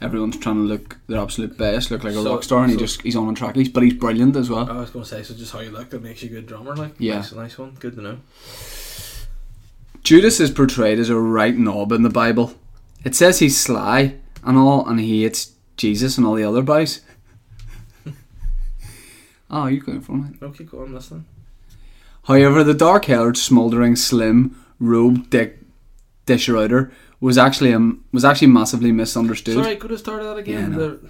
S5: Everyone's trying to look their absolute best, look like a
S4: So-
S5: rock star, and he
S4: so-
S5: just he's on and trackies, but he's brilliant as well.
S4: I was going to say, so just how you look that makes you a good drummer, like.
S5: Yeah.
S4: Nice, nice one. Good to know.
S5: Judas is portrayed as a right knob in the Bible. It says he's sly and all, and he hates Jesus and all the other boys. oh, you're going from it.
S4: Okay, go on, listening.
S5: However, the dark-haired, smouldering, slim, robed dick dishrouter was actually um, was actually massively misunderstood.
S4: Sorry, could have started that again.
S5: Yeah, I know.
S4: The-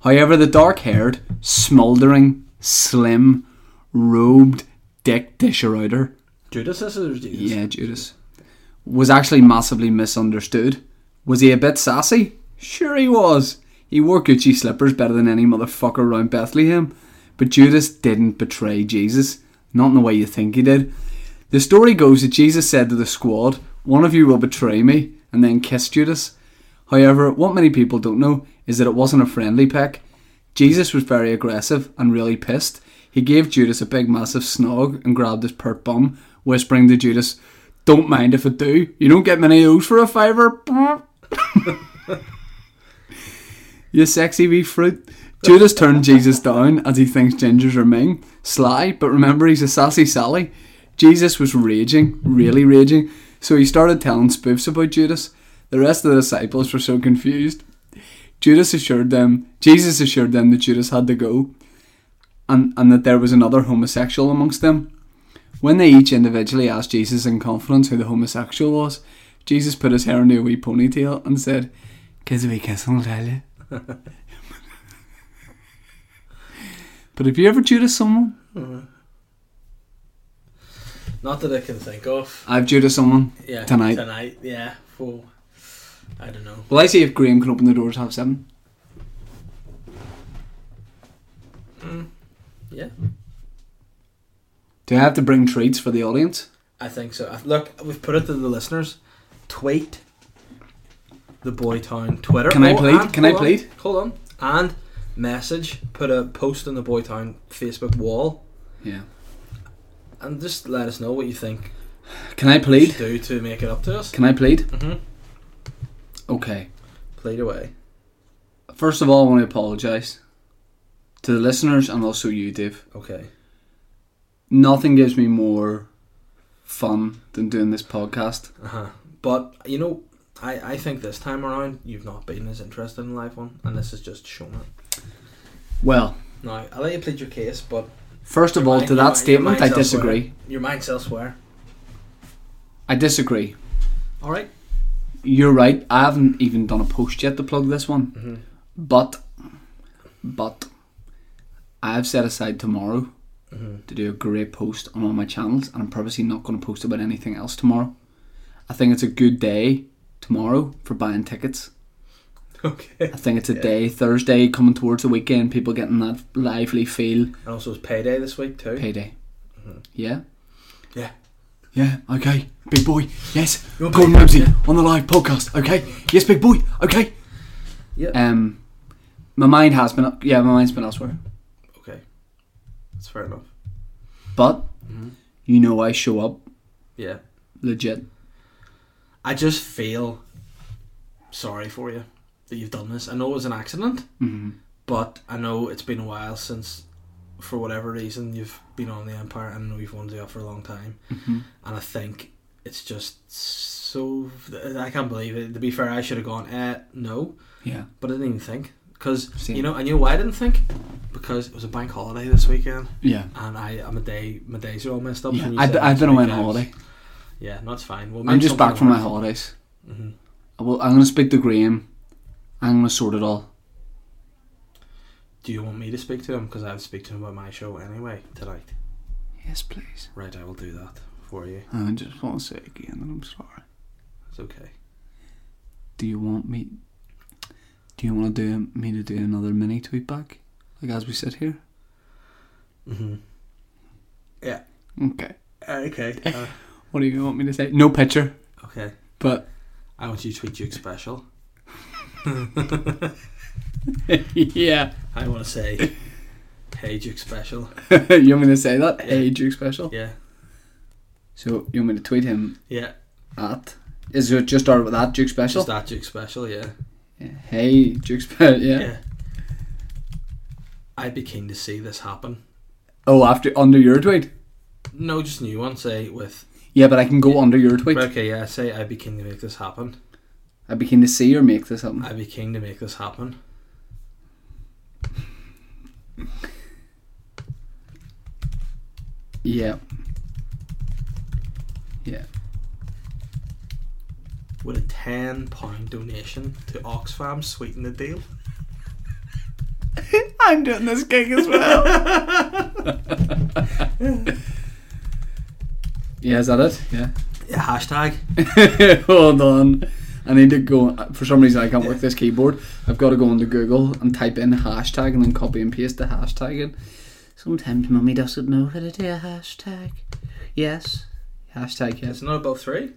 S5: However, the dark-haired, smouldering, slim, robed dick dishrouter
S4: Judas is or Jesus?
S5: Yeah, Judas. Was actually massively misunderstood. Was he a bit sassy? Sure he was. He wore Gucci slippers better than any motherfucker around Bethlehem. But Judas didn't betray Jesus. Not in the way you think he did. The story goes that Jesus said to the squad, One of you will betray me, and then kissed Judas. However, what many people don't know is that it wasn't a friendly peck. Jesus was very aggressive and really pissed. He gave Judas a big massive snog and grabbed his pert bum, whispering to Judas, Don't mind if I do. You don't get many of those for a fiver. you sexy wee fruit. Judas turned Jesus down as he thinks gingers are ming. Sly, but remember he's a sassy Sally. Jesus was raging, really raging, so he started telling spoofs about Judas. The rest of the disciples were so confused. Judas assured them, Jesus assured them that Judas had to go and, and that there was another homosexual amongst them. When they each individually asked Jesus in confidence who the homosexual was, Jesus put his hair into a wee ponytail and said, Kids a wee kiss and I'll tell you. but have you ever Judas someone?
S4: Not that I can think of.
S5: I've Judas someone
S4: Yeah.
S5: tonight.
S4: Tonight, yeah. Well, I don't know.
S5: Will I see if Graham can open the door to half seven?
S4: Yeah.
S5: Do I have to bring treats for the audience?
S4: I think so. I- Look, we've put it to the listeners. Tweet the Boytown Twitter. Oh,
S5: Can I plead?
S4: and-
S5: Can I
S4: hold on,
S5: plead?
S4: hold on. And message. Put a post on the Boytown Facebook wall.
S5: Yeah.
S4: And just let us know what you think
S5: Can I
S4: we
S5: plead?
S4: should do to make it up to us.
S5: Can I plead?
S4: Mm-hmm.
S5: Okay.
S4: Plead away.
S5: First of all, I want to apologise to the listeners and also you, Dave.
S4: Okay.
S5: Nothing gives me more fun than doing this podcast.
S4: Uh-huh. But you know, I, I think this time around you've not been as interested in live one, and this has just shown it.
S5: Well,
S4: Now I'll let you plead your case, but
S5: first of
S4: your
S5: all,
S4: mind-
S5: to
S4: your
S5: that
S4: mind- your
S5: statement, I
S4: mind's elsewhere.
S5: disagree.
S4: Your mind's elsewhere.
S5: I disagree.
S4: All right.
S5: You're right. I haven't even done a post yet to plug this one,
S4: Mm-hmm.
S5: but but I've set aside tomorrow
S4: Mm-hmm.
S5: to do a great post on all my channels, and I'm purposely not going to post about anything else tomorrow. I think it's a good day tomorrow for buying tickets.
S4: Okay.
S5: I think it's a day Thursday coming towards the weekend. People getting that lively feel.
S4: And also it's payday this week too.
S5: Payday.
S4: Mm-hmm.
S5: Yeah.
S4: Yeah.
S5: Yeah. Okay. Big boy. Yes.
S4: You're
S5: Gordon
S4: big,
S5: Ramsay
S4: yeah.
S5: on the live podcast. Okay. Yes, big boy. Okay.
S4: Yeah.
S5: Um, my mind has been. Yeah, my mind's been elsewhere.
S4: Okay. That's fair enough.
S5: But
S4: Mhm.
S5: you know, I show up
S4: Yeah.
S5: legit.
S4: I just feel sorry for you that you've done this. I know it was an accident,
S5: hmm
S4: but I know it's been a while since, for whatever reason, you've been on the Empire. and I know you've wanted to do that for a long time.
S5: hmm
S4: and I think it's just so I can't believe it. To be fair, I should have gone eh no,
S5: Yeah.
S4: but I didn't even think. Because
S5: Same.
S4: you know, and you know why I didn't think because it was a bank holiday this weekend,
S5: Yeah.
S4: and I am a day my days are all messed up.
S5: yeah.
S4: and you
S5: I,
S4: said
S5: d- I've
S4: that's
S5: been away on
S4: weekends.
S5: holiday.
S4: Yeah, no, it's fine. We'll
S5: I'm
S4: make
S5: just back
S4: something
S5: from my
S4: work.
S5: holidays.
S4: Mhm.
S5: I will, I'm going to speak to Graham. I'm going to sort it all.
S4: Do you want me to speak to him? Because I have to speak to him about my show anyway tonight.
S5: Yes, please.
S4: Right, I will do that for you.
S5: I just want to say again that I'm sorry.
S4: It's okay.
S5: Do you want me? Do you want to do me to do another mini tweet back, like as we sit here?
S4: Mm-hmm. Yeah.
S5: Okay.
S4: Okay. Uh,
S5: What do you want me to say? No picture,
S4: okay.
S5: but
S4: I want you to tweet Duke special.
S5: yeah,
S4: I want to say, hey Duke special.
S5: you want me to say that?
S4: Yeah.
S5: Hey, Duke Special.
S4: Yeah.
S5: So you want me to tweet him
S4: Yeah.
S5: at? Is it just started with that Duke Special?
S4: Just that Duke special. Yeah.
S5: Yeah. Hey, Duke Special. Yeah.
S4: Yeah. I'd be keen to see this happen.
S5: Oh, after under your tweet.
S4: No, just new one. Say with.
S5: Yeah, but I can go under your tweet.
S4: Okay, yeah. Say I'd be keen to make this happen.
S5: I begin to see or make this happen.
S4: I'd be keen to make this happen.
S5: yeah. Yeah.
S4: With a ten pound donation to Oxfam, sweeten the deal.
S5: I'm doing this gig as well. yeah, is that it? Yeah.
S4: Yeah, hashtag.
S5: Hold on. I need to go. For some reason, I can't work this keyboard. I've got to go into Google and type in hashtag and then copy and paste the hashtag in. Sometimes mummy doesn't know how to do a hashtag. Yes. Hashtag yes.
S4: It's not above three.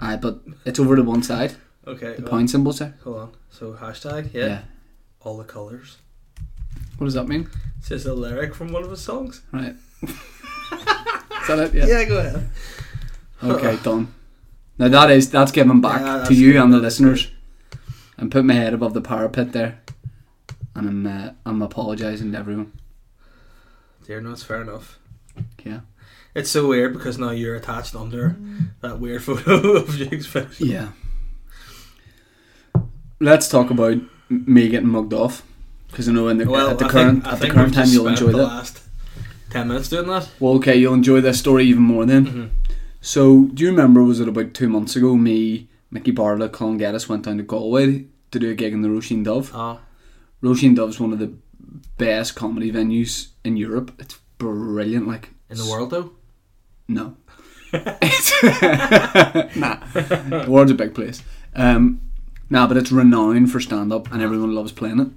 S5: Aye, but it's over to one side.
S4: Okay.
S5: The
S4: well,
S5: point symbols there.
S4: Hold on. So hashtag. Yeah.
S5: Yeah.
S4: All the colors.
S5: What does that mean?
S4: It's just a lyric from one of his songs.
S5: Right. is that it? Yeah.
S4: go ahead.
S5: Okay, done. Now that is that's given back
S4: Yeah, that's
S5: to you
S4: good,
S5: and the
S4: that's
S5: listeners. And put my head above the parapet there, and I'm uh, I'm apologising to everyone.
S4: Dear, no, it's fair enough.
S5: Yeah.
S4: It's so weird because now you're attached under that weird photo of Jake's face.
S5: Yeah. Let's talk about m- me getting mugged off, because I know in the, at the
S4: I
S5: current
S4: think, I
S5: at the
S4: think
S5: current
S4: we've
S5: time
S4: just
S5: you'll
S4: spent
S5: enjoy
S4: the
S5: that.
S4: last ten minutes doing that.
S5: Well, okay, you'll enjoy this story even more then.
S4: Mhm.
S5: So, do you remember? Was it about two months ago? Me, Mickey Barlow, Colin Geddes went down to Galway to do a gig in the Roisin Dove.
S4: Oh,
S5: Roisin Dove's one of the best comedy venues in Europe. It's brilliant. Like
S4: in the world though.
S5: no. It's- nah, the world's a big place. Um, nah, but it's renowned for stand up, and everyone loves playing it.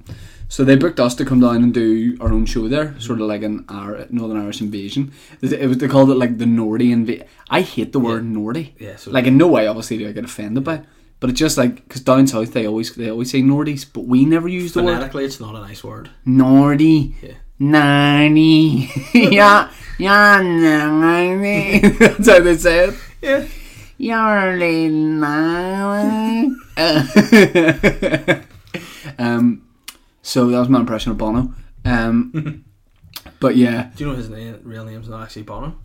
S5: So they booked us to come down and do our own show there, sort of like an Ir- Northern Irish invasion. It it was they called it like the Nordy invasion. I hate the word Nordy.
S4: Yeah, so-
S5: like in no way, obviously, do I get offended by it. But it's just like because down south they always they always say Nordies, but we never use the word.
S4: Phonetically, it's not a nice word.
S5: Nordy.
S4: Yeah.
S5: Narny. yeah, yeah, narny. That's how they say it.
S4: Yeah.
S5: You're a narny. um, so that was my impression of Bono. Um, but yeah,
S4: Do you know his name, real name's not actually Bono?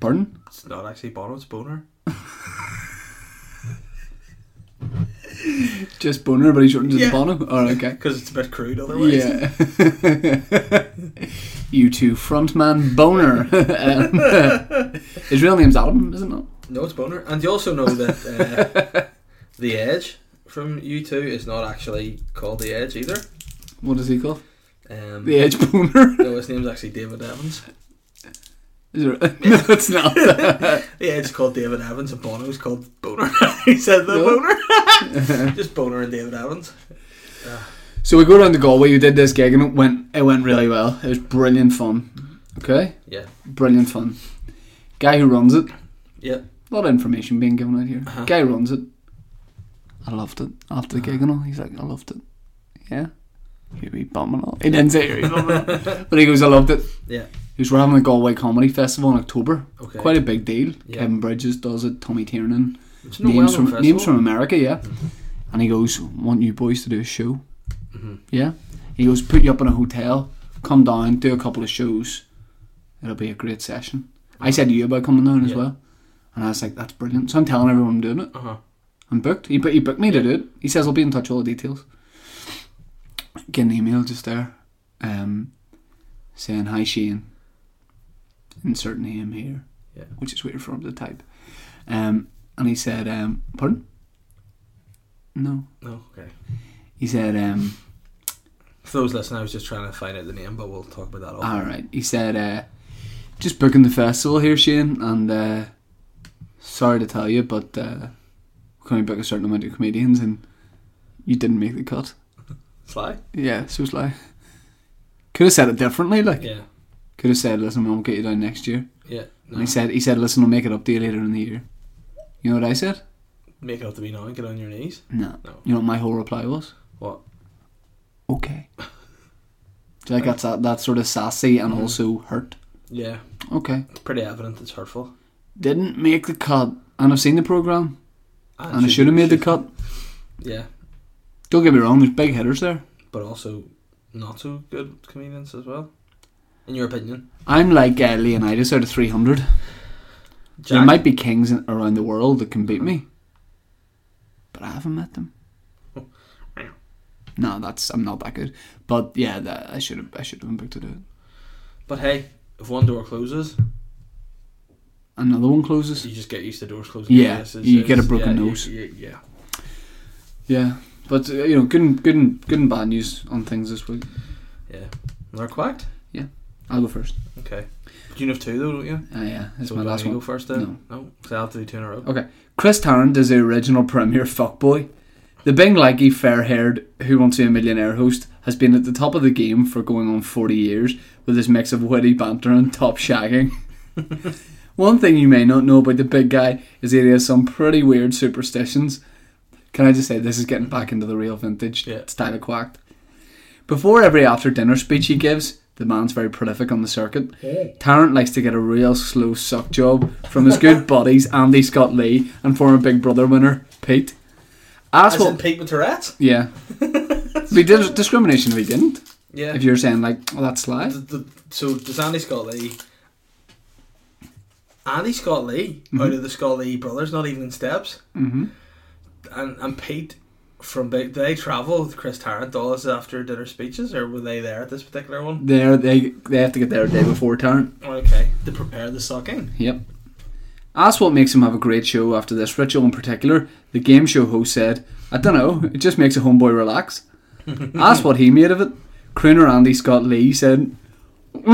S5: pardon?
S4: It's not actually Bono. It's Boner.
S5: Just Boner, but he shortened it
S4: Yeah.
S5: to Bono. Oh, okay.
S4: Because it's a bit crude otherwise.
S5: Yeah. you two frontman Boner. Um, his real name's Adam, isn't it?
S4: No, it's Boner. And you also know that uh, the Edge from U2 is not actually called the Edge either.
S5: What is he called?
S4: Um,
S5: The Edge Boner.
S4: No, his name's actually David Evans.
S5: Is there, no, it's not.
S4: The Edge is called David Evans, and Bono's called Boner. he said the
S5: No.
S4: Boner. Just Boner and David Evans.
S5: so we go down to Galway. We did this gig, and it went it went really well. It was brilliant fun. Okay,
S4: Yeah.
S5: brilliant fun. Guy who runs it.
S4: Yeah.
S5: A lot of information being given out here.
S4: Uh-huh.
S5: Guy who runs it. I loved it after the gig and all. He's like, I loved it. Yeah. Huey Bum and all. He didn't say Huey Bum and all. But he goes, I loved it.
S4: Yeah.
S5: Because we're having a Galway Comedy Festival in October.
S4: Okay.
S5: Quite a big deal.
S4: Yeah.
S5: Kevin Bridges does it, Tommy Tiernan.
S4: It's no
S5: names
S4: well-known
S5: from
S4: festival.
S5: names from America, yeah.
S4: Mm-hmm.
S5: And he goes, "Want you boys to do a show?"
S4: Mm-hmm.
S5: Yeah. He goes, "Put you up in a hotel, come down, do a couple of shows. It'll be a great session." I said to you about coming down as
S4: Yeah.
S5: well, and I was like, "That's brilliant." So I'm telling everyone I'm doing it.
S4: Uh huh.
S5: I'm booked. He, bu- he booked me to do it. He says I'll be in touch with all the details. get an email just there, um, saying hi Shane. Insert name here.
S4: Yeah.
S5: Which is weird for him to type. Um, and he said, um, pardon? No.
S4: No, okay.
S5: He said, um,
S4: For those listening, I was just trying to find out the name, but we'll talk about that. All.
S5: all right. He said, uh, just booking the festival here, Shane, and uh, sorry to tell you, but uh, can we book a certain amount of comedians and you didn't make the cut.
S4: Sly.
S5: Yeah, so it's like could have said it differently. Like
S4: Yeah.
S5: could have said, "Listen, we'll get you down next year."
S4: Yeah.
S5: And
S4: No.
S5: he said, "He said, listen, we'll make it up to you later in the year." You know what I said?
S4: Make it up to me now. Get on your knees.
S5: No.
S4: No.
S5: You know what my whole reply was?
S4: What?
S5: Okay. Do you like that's that, that sort of sassy
S4: Mm-hmm.
S5: and also hurt?
S4: Yeah.
S5: Okay.
S4: It's pretty evident it's hurtful.
S5: Didn't make the cut, and I've seen the program,
S4: Ah,
S5: and I
S4: should-
S5: should have made the
S4: should-
S5: cut.
S4: Yeah,
S5: Don't get me wrong, there's big hitters there.
S4: but also not so good comedians as well. In your opinion,
S5: I'm like uh, Leonidas out of 300. There
S4: Jack,
S5: might be kings in, around the world that can beat me, but I haven't met them. No, that's I'm not that good. But yeah, that, I should have I should have been booked to do it.
S4: But hey, if one door closes,
S5: Another one closes.
S4: you just get used to doors closing.
S5: Yeah,
S4: Yes,
S5: you
S4: it's-
S5: get a broken
S4: yeah, you-
S5: nose.
S4: you- yeah,
S5: Yeah, but uh, you know, good and good and good and bad news on things this week.
S4: yeah. And they're quacked.
S5: I'll go first.
S4: Okay. But you have two though, don't you?
S5: Uh, yeah, this is
S4: So
S5: my
S4: do you
S5: last
S4: wanna
S5: one.
S4: Go first then. No, so I have to do two in a row.
S5: Okay. Chris Tarrant is the original premier fuckboy. The Bing Leggy fair haired Who Wants to be a Millionaire host has been at the top of the game for going on 40 years with his mix of witty banter and top shagging. One thing you may not know about the big guy is that he has some pretty weird superstitions. Can I just say, this is getting back into the real vintage
S4: Yeah.
S5: style of quacked. Before every after dinner speech he gives, the man's very prolific on the circuit. Tarrant likes to get a real slow suck job from his good buddies Andy Scott Lee and former Big Brother winner Pete.
S4: As in
S5: Asshole.
S4: Pete with Tourette's.
S5: yeah. we did discrimination if he didn't.
S4: Yeah.
S5: If you're saying like, well, that's sly.
S4: Th- th- so does Andy Scott Lee? Andy Scott Lee out of the Scott Lee brothers, not even in steps,
S5: Mm-hmm.
S4: and and Pete from Big. Did they travel with Chris Tarrant all his after dinner speeches, or were they there at this particular one?
S5: There, they they have to get there a day before Tarrant.
S4: Okay, to prepare the sucking.
S5: Yep. That's what makes him have a great show after this ritual in particular. The game show host said, I don't know, it just makes a homeboy relax. That's what he made of it. Crooner Andy Scott Lee said,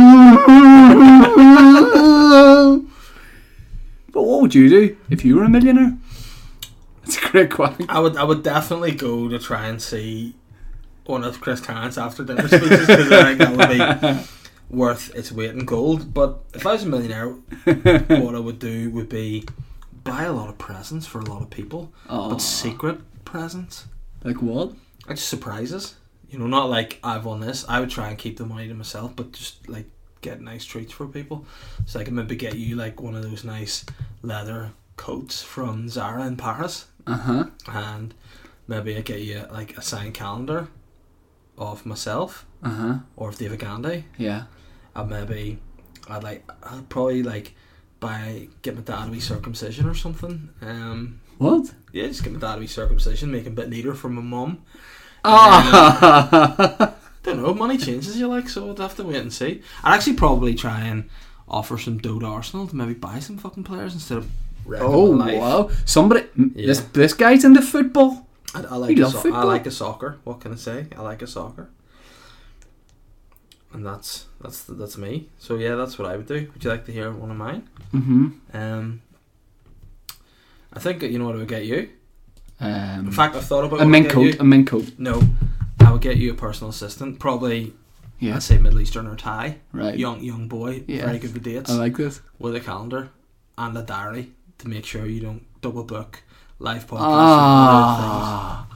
S5: But what would you do if you were a millionaire? That's a great question.
S4: I would I would definitely go to try and see one of Chris Tarrant's after dinner speeches because I think that would be worth its weight in gold. But if I was a millionaire, what I would do would be buy a lot of presents for a lot of people,
S5: Aw.
S4: but secret presents,
S5: Like what?
S4: like surprises. You know, not like I've won this. I would try and keep the money to myself, but just like get nice treats for people. So I can maybe get you like one of those nice leather coats from Zara in Paris
S5: Uh huh.
S4: and maybe I get you like a signed calendar of myself
S5: Uh huh.
S4: or of David Gandy,
S5: Yeah.
S4: and maybe I'd like I'd probably like buy get my dad a wee circumcision or something. Um,
S5: What?
S4: yeah, just get my dad a wee circumcision, make him a bit neater for my mum. Um,
S5: Ah!
S4: Don't know, money changes you like, so I'd have to wait and see. I'd actually probably try and offer some dough to Arsenal to maybe buy some fucking players instead of. wrecking
S5: Oh,
S4: my life.
S5: wow. Somebody. This,
S4: Yeah.
S5: this guy's into football.
S4: I, I
S5: We
S4: like a
S5: love
S4: so- I
S5: football.
S4: like a soccer. What can I say? I like a soccer. And that's that's that's me. So yeah, that's what I would do. Would you like to hear one of mine?
S5: Mm-hmm.
S4: Um, I think you know what I would get you.
S5: Um,
S4: In fact, I've thought about
S5: a
S4: what I
S5: mint
S4: would
S5: coat,
S4: Get
S5: a mint coat.
S4: you. No, I would get you a personal assistant. Probably,
S5: Yeah,
S4: I'd say Middle Eastern or Thai.
S5: right.
S4: Young young boy,
S5: Yeah.
S4: very good with dates,
S5: I like this.
S4: with a calendar and a diary to make sure you don't double book live podcasts. and other things.
S5: Ah,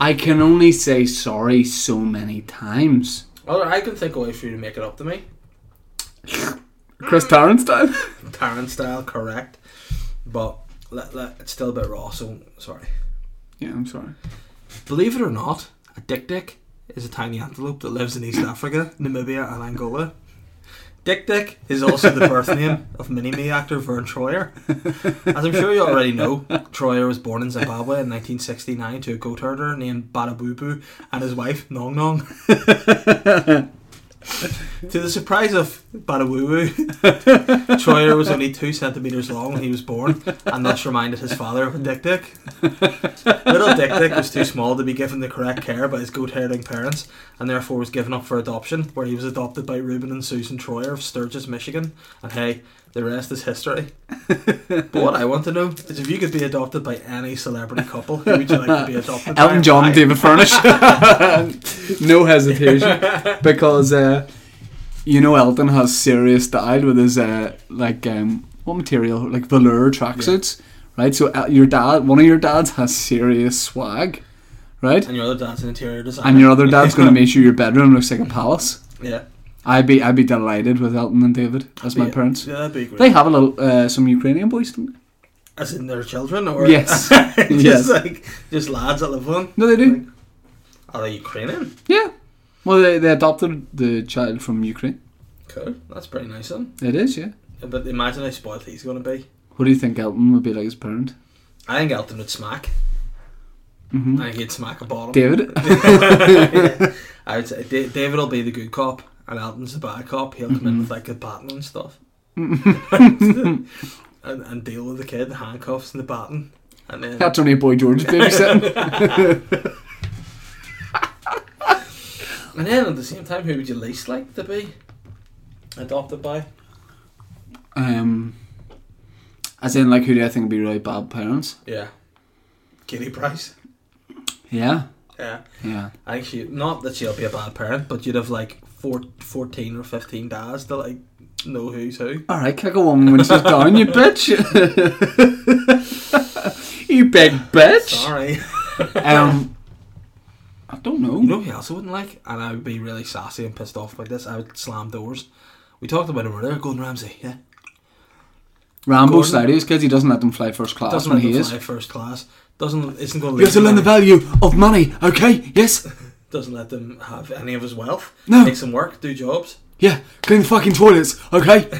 S5: I can only say sorry so many times.
S4: Well, I can think of a way for you to make it up to me.
S5: Chris Tarrant style.
S4: Tarrant style, correct. But le- le- it's still a bit raw, so sorry.
S5: yeah, I'm sorry.
S4: Believe it or not, a dick dick is a tiny antelope that lives in East Africa, Namibia, and Angola. Dick Dick is also the birth name of Mini Me actor Vern Troyer. As I'm sure you already know, Troyer was born in Zimbabwe in 1969 to a goat herder named Badabubu and his wife Nong Nong. to the surprise of Badawoo, Troyer was only two centimetres long when he was born, and thus reminded his father of a Dick Dick. Little Dick Dick was too small to be given the correct care by his goat herding parents, and therefore was given up for adoption, where he was adopted by Reuben and Susan Troyer of Sturgis, Michigan. And hey, the rest is history. but what I want to know is if you could be adopted by any celebrity couple, who would you like to be adopted by?
S5: Elton
S4: and
S5: John
S4: why?
S5: and David Furnish. no hesitation. Because uh, you know Elton has serious style with his uh, like um, what material? Like velour tracksuits. Right? So uh, your dad one of your dads has serious swag, right?
S4: And your other dad's an interior designer.
S5: And your other dad's gonna make sure your bedroom looks like a palace.
S4: yeah,
S5: I'd be I'd be delighted with Elton and David as my
S4: Yeah.
S5: parents.
S4: yeah, that'd be great.
S5: They have a little uh, some Ukrainian boys, don't they?
S4: As in their children, or
S5: Yes.
S4: just
S5: Yes.
S4: like just lads that live with them.
S5: No, they do.
S4: Are they Ukrainian?
S5: Yeah. Well, they, they adopted the child from Ukraine.
S4: Cool, that's pretty nice of them.
S5: It is, yeah.
S4: But imagine how spoiled he's going to be.
S5: What do you think Elton would be like as a parent?
S4: I think Elton would smack. I think he'd smack a bottom.
S5: Mm-hmm. David?
S4: I would say Da- David will be the good cop, and Elton's the bad cop. He'll come
S5: Mm-hmm.
S4: in with like the baton and stuff, and, and deal with the kid, the handcuffs and the baton, and then
S5: That's only a boy George babysitting.
S4: and then at the same time, who would you least like to be adopted by?
S5: um, as in, like, who do I think would be really bad parents?
S4: Yeah, Kitty Price.
S5: Yeah.
S4: Yeah.
S5: Yeah.
S4: I think she, not that she'll be a bad parent, but you'd have like four, 14 or 15 dads to like know who's who.
S5: All right, kick a woman when she's down, you bitch. you big bitch.
S4: Sorry.
S5: Um, I don't know.
S4: you know who else I wouldn't like? And I would be really sassy and pissed off about this. I would slam doors. We talked about it earlier, Gordon Ramsay, yeah.
S5: Rambo
S4: Gordon-
S5: Stadius kids, he doesn't let them fly first class
S4: Doesn't
S5: when
S4: let
S5: Ah, he
S4: them
S5: is.
S4: fly first class. Doesn't isn't gonna
S5: You have to learn the value of money, okay? Yes?
S4: doesn't let them have any of his wealth.
S5: No.
S4: Makes them work, do jobs.
S5: Yeah, clean the fucking toilets, okay?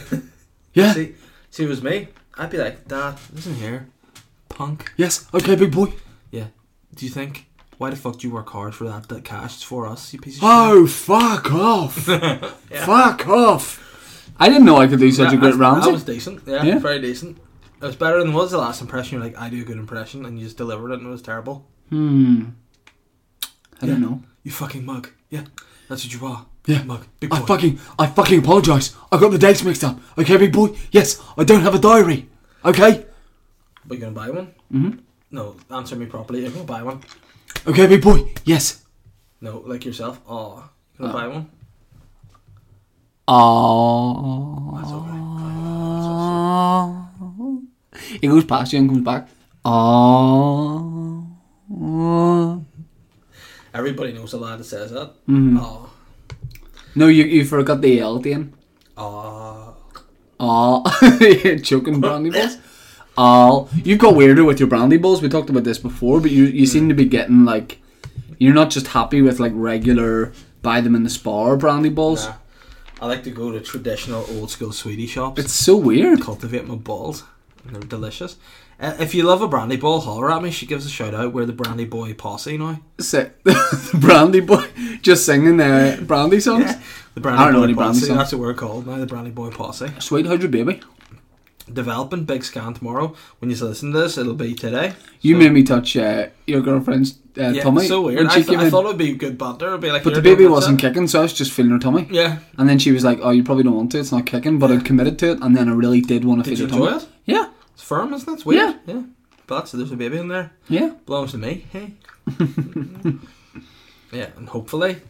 S5: Yeah?
S4: See see if it was me. I'd be like, Dad, listen here. Punk.
S5: Yes, okay, big boy.
S4: Yeah. Do you think why the fuck do you work hard for that, that cash It's for us, you piece of shit?
S5: Oh, fuck off. Fuck off. I didn't know I could do such a
S4: Yeah,
S5: great
S4: that's- That
S5: Ramsey.
S4: was decent. Yeah,
S5: Yeah.
S4: very decent. It was better than was the last impression. You're like, I do a good impression, and you just delivered it, and it was terrible.
S5: Hmm. I don't know.
S4: You fucking mug. Yeah, that's what you are.
S5: Yeah.
S4: mug. Big boy.
S5: I fucking, I fucking apologise. I got the dates mixed up. Okay, big boy? Yes, I don't have a diary. Okay?
S4: Are you gonna buy one? Mm-hmm. No, answer me properly. You're gonna buy one.
S5: Okay, big boy? Yes.
S4: No, like yourself. Oh, you gonna buy one?
S5: Oh.
S4: That's okay.
S5: He goes past you and comes back. Oh.
S4: Everybody knows a lad that says that.
S5: Mm-hmm.
S4: Oh,
S5: No, you, you forgot the L at er the end.
S4: oh.
S5: Oh, choking brandy balls. Oh, you've got weirder with your brandy balls. We talked about this before, but you you seem to be getting like you're not just happy with like regular buy them in the spar brandy balls.
S4: Nah. I like to go to traditional old school sweetie shops.
S5: It's so weird.
S4: cultivate my balls. They're delicious. Uh, if you love a brandy ball, holler at me. She gives a shout out. We're the brandy boy posse now.
S5: Si- brandy boy just singing uh, brandy songs.
S4: The brandy
S5: I don't know
S4: boy
S5: any brandy
S4: posse.
S5: songs.
S4: that's what we're called now. The brandy boy posse.
S5: Sweet, how's your baby?
S4: Developing big scan tomorrow. When you listen to this, it'll be today.
S5: You made me touch uh, your girlfriend's uh,
S4: Yeah,
S5: tummy
S4: so weird.
S5: when
S4: I,
S5: she
S4: th-
S5: came
S4: I
S5: in.
S4: thought it'd be good banter. It'd be like,
S5: but the
S4: "Here,
S5: baby
S4: don't touch
S5: wasn't
S4: that."
S5: kicking, so I was just feeling her tummy.
S4: Yeah.
S5: And then she was like, "Oh, you probably don't want to. It's not kicking." But I'd committed to it, and then I really did want to
S4: Did
S5: feed
S4: you
S5: her tummy.
S4: enjoy it?
S5: Yeah,
S4: It's firm, isn't it? It's weird. Yeah. But so there's a baby in there.
S5: yeah.
S4: Belongs to me. Hey. yeah, and hopefully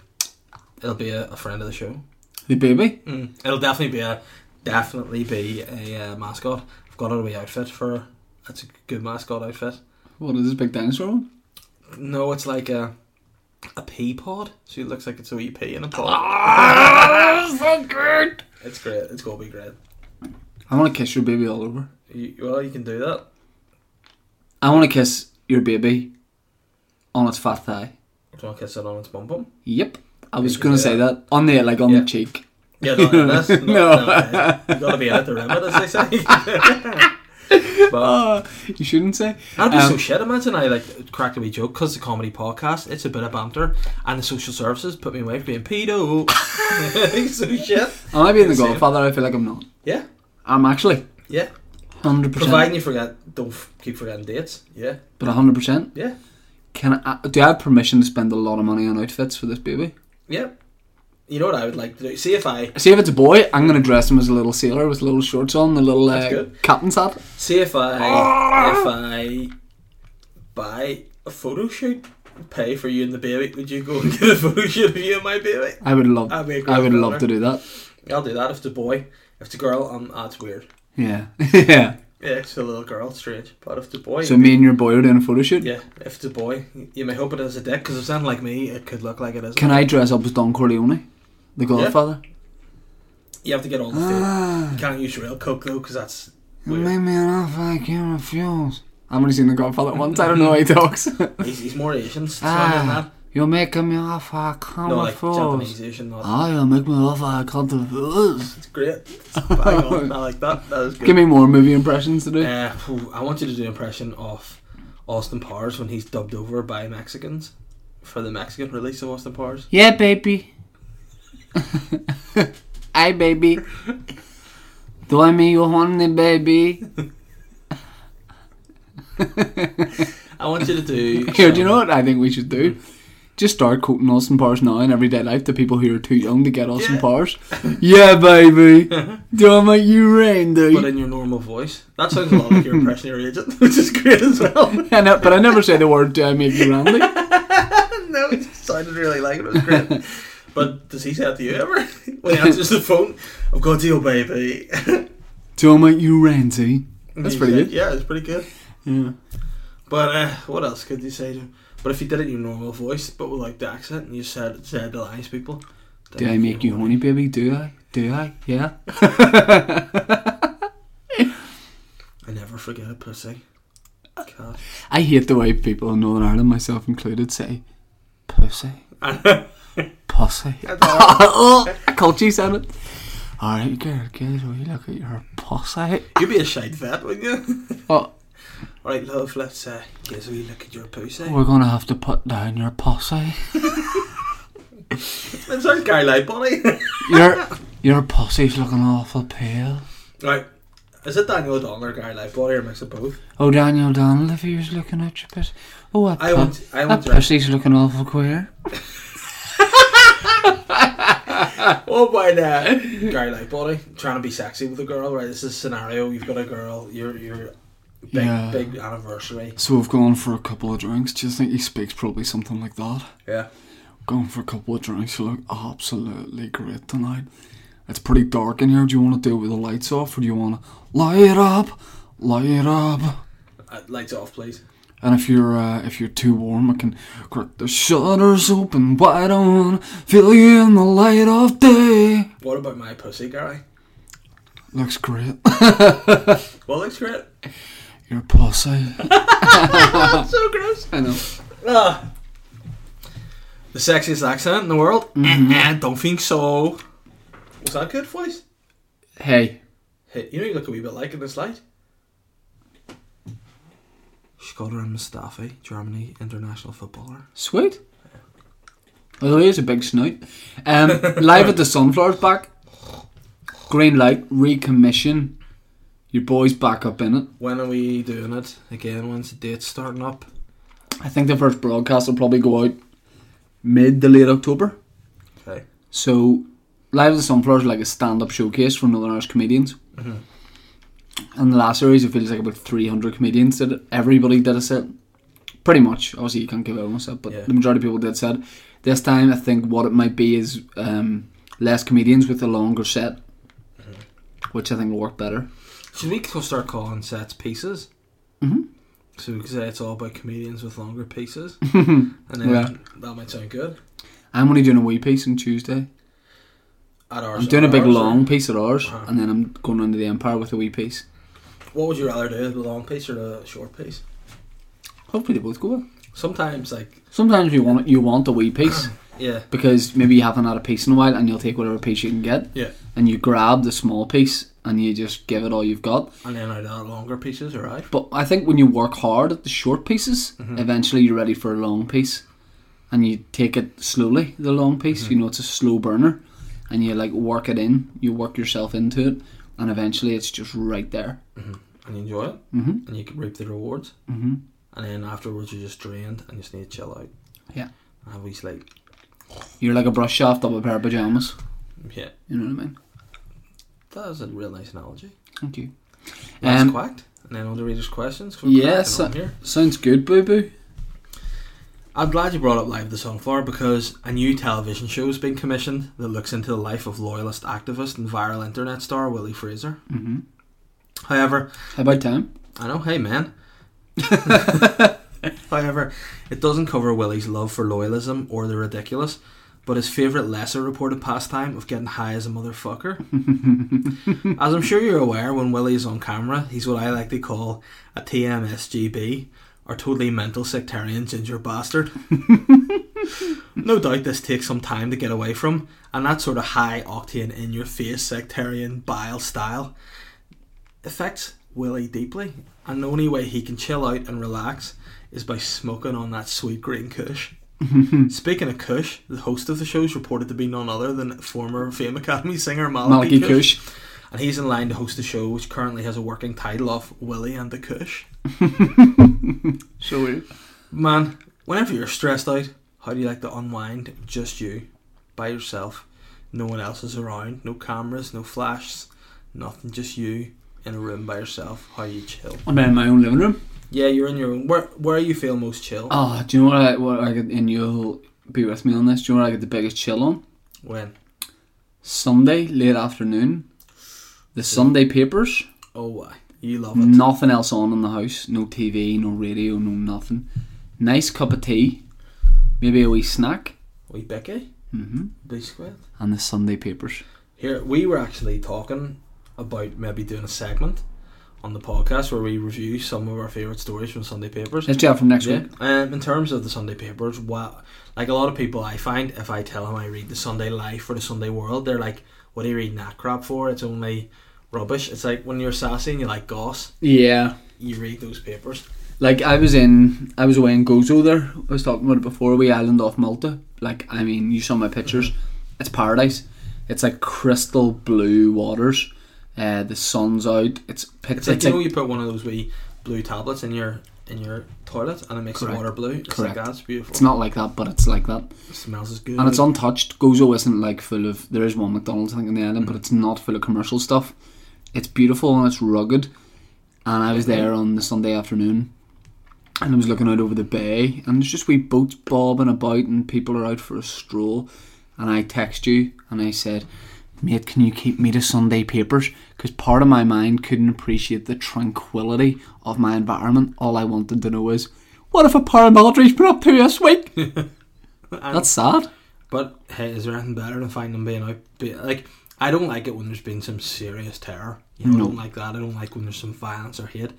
S4: it'll be a, a friend of the show.
S5: The baby.
S4: Mm. It'll definitely be a definitely be a uh, mascot. I've got a wee outfit for that's a good mascot outfit.
S5: What is this big dinosaur one?
S4: No, it's like a a pea pod. So it looks like it's a wee pea in a pod.
S5: so good.
S4: It's Ah, great. It's gonna be great.
S5: I want to kiss your baby all over.
S4: You, well, you can do that.
S5: I want to kiss your baby on its fat thigh.
S4: Do you want to kiss it on its bum bum?
S5: Yep. I was
S4: can
S5: gonna
S4: say
S5: say that on the like on
S4: Yeah.
S5: the cheek.
S4: Yeah, not in this. Not, no.
S5: No.
S4: way. you got to be in it to remember this, they say. but
S5: Uh, you shouldn't say.
S4: I'd be
S5: Um,
S4: so shit. Imagine I like cracked a wee joke because the comedy podcast, it's a bit of banter, and the social services put me away for being pedo. so shit.
S5: Am I being the
S4: Same.
S5: Godfather? I feel like I'm not.
S4: Yeah,
S5: I'm actually
S4: yeah.
S5: hundred percent,
S4: Providing you forget, don't f- keep forgetting dates. Yeah,
S5: but hundred percent.
S4: yeah,
S5: Can I? uh, Do I have permission to spend a lot of money on outfits for this baby?
S4: yeah. You know what I would like to do? See if I
S5: See if it's a boy, I'm gonna dress him as a little sailor with little shorts on, and a little
S4: That's
S5: uh,
S4: good.
S5: captain's hat.
S4: See if I
S5: Ah!
S4: if I buy a photo shoot, pay for you and the baby. Would you go and get a photo shoot of you and my baby?
S5: I would love.
S4: That'd be a great
S5: I would love
S4: colour.
S5: to do that.
S4: I'll do that if it's a boy. If it's a girl, um, that's weird.
S5: Yeah, yeah.
S4: Yeah, if it's a little girl, it's strange. But if it's a boy,
S5: So me and your boy are doing a photo shoot.
S4: yeah, if it's a boy, you may hope it is a dick because if it's not like me, it could look like it is.
S5: Can I dress up as Don Corleone, the Godfather?
S4: You have to get all the food.
S5: Ah,
S4: You can't use real coke though because that's weird.
S5: make me an offer I can't refuse. I've only seen the Godfather once. I don't know how he talks.
S4: He's, he's more Asian. So
S5: ah,
S4: ah,
S5: you're making me an offer I can't
S4: no, like
S5: refuse.
S4: Japanese Asian. Not.
S5: Ah, you make me an offer I can't refuse.
S4: It's great. It's bang on. I like that. That is good.
S5: Give me more movie impressions to do.
S4: Uh, phew, I want you to do an impression of Austin Powers when he's dubbed over by Mexicans for the Mexican release of Austin Powers.
S5: Yeah, baby. Hi, baby. Do I mean you honey, baby?
S4: I want you to do.
S5: Here, do you know what I think we should do? Just start quoting Austin Powers now in everyday life to people who are too young to get Austin
S4: Yeah.
S5: Powers. Yeah, baby. Do I make you rain,
S4: But
S5: dude?
S4: in your normal voice. That sounds a lot like your impression of your agent, which is great as well.
S5: I know, but I never say the word "do I make you randy."
S4: no, it just sounded really like it. It was great. But does he say that to you ever? When he answers the phone, I've got you, baby.
S5: Do I make you ranty? That's pretty good.
S4: Yeah, it's pretty good.
S5: Yeah.
S4: But uh, what else could you say to him? But if you did it in your normal voice, but without the accent, and you said said the lines, people.
S5: Do I make you honey, baby? Do I? Do I? Yeah.
S4: I never forget a pussy.
S5: Uh.
S4: God.
S5: I hate the way people in Northern Ireland, myself included, say pussy, pussy. oh, I called you, said it. All right, girl, girl, will you look at your pussy?
S4: You'd be a shite vet, wouldn't you?
S5: Oh,
S4: Alright, love, let's uh, get a wee look at your pussy.
S5: we're gonna have to put down your pussy.
S4: That sounds Guy Lightbody.
S5: Your your pussy's looking awful pale.
S4: right, is it Daniel O'Donnell or Guy Lightbody or a mix of both?
S5: Oh, Daniel Donnell, if he was looking at your pussy. Oh, that,
S4: I
S5: pu-
S4: want, I
S5: that
S4: want to.
S5: pussy's looking awful queer.
S4: Oh my god, Guy Lightbody trying to be sexy with a girl. Right, this is scenario. You've got a girl. You're you're big
S5: Yeah.
S4: big anniversary.
S5: So we've gone for a couple of drinks. Do you think he speaks probably something like that?
S4: Yeah.
S5: Going for a couple of drinks. You look absolutely great tonight. It's pretty dark in here. Do you want to do it with the lights off, or do you want to light it up, light it up?
S4: Uh, lights off, please.
S5: And if you're uh, if you're too warm, I can crack the shutters open wide on, fill you in the light of day.
S4: What about my pussy, Gary?
S5: Looks great.
S4: Well, looks great.
S5: Your pussy.
S4: That's so gross.
S5: I know.
S4: Ah. The sexiest accent in the world? Eh, eh, don't think so. Was that good voice?
S5: Hey,
S4: Hey, you know you look a wee bit like in this light. Scholar and Mustafi, Germany international footballer.
S5: sweet. By the way, it's a big snout. Um, live at the Sunflowers back. Green light recommission. Your boy's back up in it.
S4: When are we doing it again? When's the date starting up?
S5: I think the first broadcast will probably go out mid to late October.
S4: Okay.
S5: So, Live of the Sunflowers is like a stand up showcase for Northern Irish comedians.
S4: Mm-hmm.
S5: And the last series, it feels like about 300 comedians did it. Everybody did a set. Pretty much. Obviously, you can't give everyone a set, but
S4: Yeah.
S5: the majority of people did set. This time, I think what it might be is um, less comedians with a longer set,
S4: Mm-hmm.
S5: which I think will work better.
S4: Should we co- start calling sets pieces? Mm-hmm. So we could say it's all about comedians with longer pieces. and then
S5: Yeah.
S4: that might sound good.
S5: I'm only doing a wee piece on Tuesday.
S4: At ours,
S5: I'm doing a
S4: at
S5: big
S4: ours,
S5: long piece at ours,
S4: Uh-huh.
S5: and then I'm going into the Empire with a wee piece.
S4: What would you rather do, the long piece or the short piece?
S5: Hopefully, they both go well.
S4: Sometimes, like,
S5: Sometimes you want you want a wee piece
S4: yeah,
S5: because maybe you haven't had a piece in a while, and you'll take whatever piece you can get,
S4: yeah.
S5: and you grab the small piece and you just give it all you've got.
S4: And then out of that, longer pieces arrive.
S5: But I think when you work hard at the short pieces,
S4: Mm-hmm.
S5: eventually you're ready for a long piece, and you take it slowly. The long piece,
S4: Mm-hmm.
S5: you know, it's a slow burner, and you like work it in. You work yourself into it, and eventually it's just right there.
S4: and you enjoy it,
S5: Mhm.
S4: and you can reap the rewards.
S5: Mm-hmm.
S4: And then afterwards, you're just drained and you just need to chill out.
S5: Yeah.
S4: And have a wee sleep.
S5: You're like a brush shaft up a pair of pajamas.
S4: Yeah,
S5: You know what I mean?
S4: that is a real nice analogy.
S5: Thank you.
S4: That's
S5: Um,
S4: quacked. And then on the readers' questions. 'cause we're
S5: Yes,
S4: cracking on here.
S5: sounds good, Boo Boo.
S4: I'm glad you brought up Live the Sunflower because a new television show has been commissioned that looks into the life of loyalist activist and viral internet star Willie Fraser.
S5: Mm-hmm.
S4: However,
S5: How about time?
S4: I know, hey man. However, it doesn't cover Willie's love for loyalism or the ridiculous, but his favourite lesser reported pastime of getting high as a motherfucker. as I'm sure you're aware, when Willie is on camera, he's what I like to call a TMSGB, or totally mental sectarian ginger bastard. no doubt this takes some time to get away from, and that sort of high octane in your face sectarian bile style affects Willie deeply, and the only way he can chill out and relax is by smoking on that sweet green Kush. Speaking of Kush, the host of the show is reported to be none other than former Fame Academy singer Malachi,
S5: Malachi
S4: Kush,
S5: Kush.
S4: and he's in line to host the show, which currently has a working title of Willie and the Kush.
S5: So weird.
S4: Man, whenever you're stressed out, how do you like to unwind? Just you, by yourself. No one else is around. No cameras, no flashes, nothing. Just you in a room by yourself. How you chill?
S5: I'm in my own living room.
S4: Yeah, you're in your own. Where where you feel most chill?
S5: Oh, do you know what I what I get? And you'll be with me on this. Do you know what I get the biggest chill on?
S4: when?
S5: Sunday late afternoon, the Sunday papers.
S4: Oh, why? You love it.
S5: Nothing else on in the house. No TV, no radio, no nothing. Nice cup of tea, maybe a wee snack,
S4: We Becky,
S5: hmm
S4: B squared.
S5: and the Sunday papers.
S4: Here we were actually talking about maybe doing a segment on the podcast where we review some of our favorite stories from Sunday papers.
S5: Let's do that from next
S4: Yeah.
S5: week.
S4: Um, in terms of the Sunday papers, what like a lot of people I find, if I tell them I read the Sunday Life or the Sunday World, they're like, "What are you reading that crap for? It's only rubbish." It's like when you're sassy and you like goss,
S5: Yeah.
S4: you read those papers.
S5: Like I was in, I was away in Gozo there. I was talking about it before. We island off Malta. Like I mean, you saw my pictures.
S4: Mm-hmm.
S5: It's paradise. It's like crystal blue waters. Uh, the sun's out. It's pic-
S4: It's like you know you put one of those wee blue tablets in your in your toilet and it makes
S5: Correct.
S4: the water blue. It's
S5: Correct.
S4: like that's beautiful.
S5: it's not like that, but it's like that,
S4: it smells as good.
S5: and it's untouched. Gozo isn't like full of. There is one McDonald's I think in the island, but it's not full of commercial stuff. It's beautiful and it's rugged. And I was there on the Sunday afternoon, and I was looking out over the bay, and there's just wee boats bobbing about, and people are out for a stroll. And I text you, and I said, "Mate, can you keep me to Sunday papers? Because part of my mind couldn't appreciate the tranquility of my environment. All I wanted to know is, what if a paramilitary's put up to you this week? That's sad.
S4: But hey, is there anything better than finding them being out? Be, like I don't like it when there's been some serious terror. You know, I
S5: No.
S4: don't like that. I don't like when there's some violence or hate.